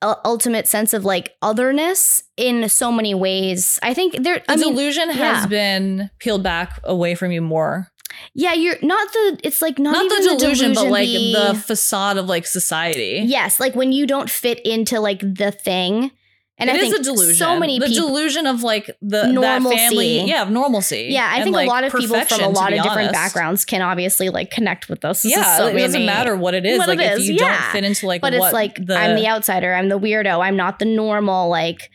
u- ultimate sense of like otherness in so many ways. I think there. I the mean, delusion has yeah. been peeled back away from you more. yeah, you're not the. It's like not, Not, the even delusion, but like the- the eh. facade of like society. yes, like when you don't fit into like the thing. And It I is think a delusion. so many the people. delusion of like the that family, Normalcy. yeah, of normalcy. yeah, I and, think like, a lot of people perfection, from a to lot be of different honest. backgrounds can obviously like connect with us. This is Yeah, so it doesn't many- matter what it is. what like it if is, you don't yeah. fit into like But what it's like I'm the outsider. I'm the weirdo. I'm not the normal. Like,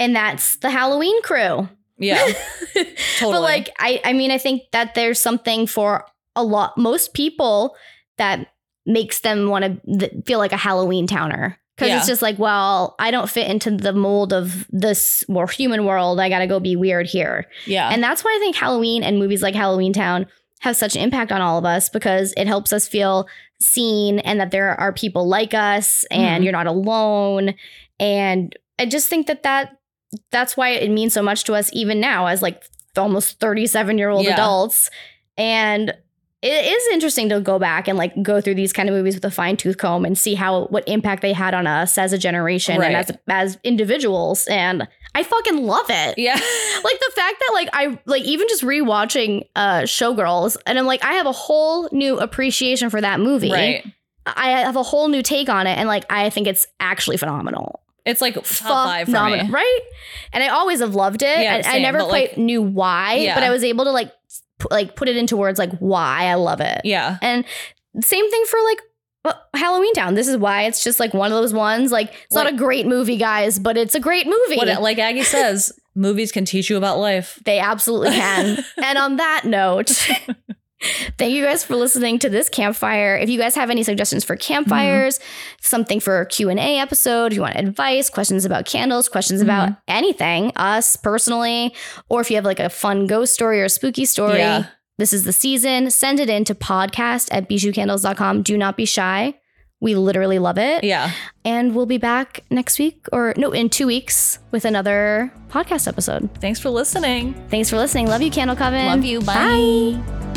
and that's the Halloween crew. yeah totally. But like I I mean I think that there's something for a lot most people that makes them want to th- feel like a Halloween towner cuz Yeah. it's just like well I don't fit into the mold of this more human world I got to go be weird here. yeah, And that's why I think Halloween and movies like Halloween Town have such an impact on all of us because it helps us feel seen and that there are people like us and Mhm. you're not alone and I just think that that that's why it means so much to us even now as like almost 37 year old Yeah. adults and it is interesting to go back and like go through these kind of movies with a fine tooth comb and see how what impact they had on us as a generation and Right. as as individuals and I fucking love it yeah. like the fact that like I like even just rewatching uh Showgirls and I'm like I have a whole new appreciation for that movie. Right. I have a whole new take on it and like I think it's actually phenomenal. It's like top five for Phenomenal, me. right? And I always have loved it. Yeah, and I same, never but, quite like- knew why, Yeah. but I was able to like p- like put it into words like why I love it. Yeah. And same thing for like uh, Halloween Town. This is why it's just like one of those ones like it's Like- not a great movie guys, but it's a great movie. What, like Aggie says, movies can teach you about life. They absolutely can. and on that note, thank you guys for listening to this campfire. If you guys have any suggestions for Mm-hmm. campfires, something for a Q&A episode, if you want advice, questions about candles, questions about Mm-hmm. anything, us personally, or if you have like a fun ghost story or a spooky story, Yeah. this is the season. Send it in to podcast at bijucandles.com. Do not be shy. We literally love it. Yeah. And we'll be back next week or no, in two weeks with another podcast episode. Thanks for listening. Thanks for listening. Love you, Candle Coven. Love you. Bye. Bye.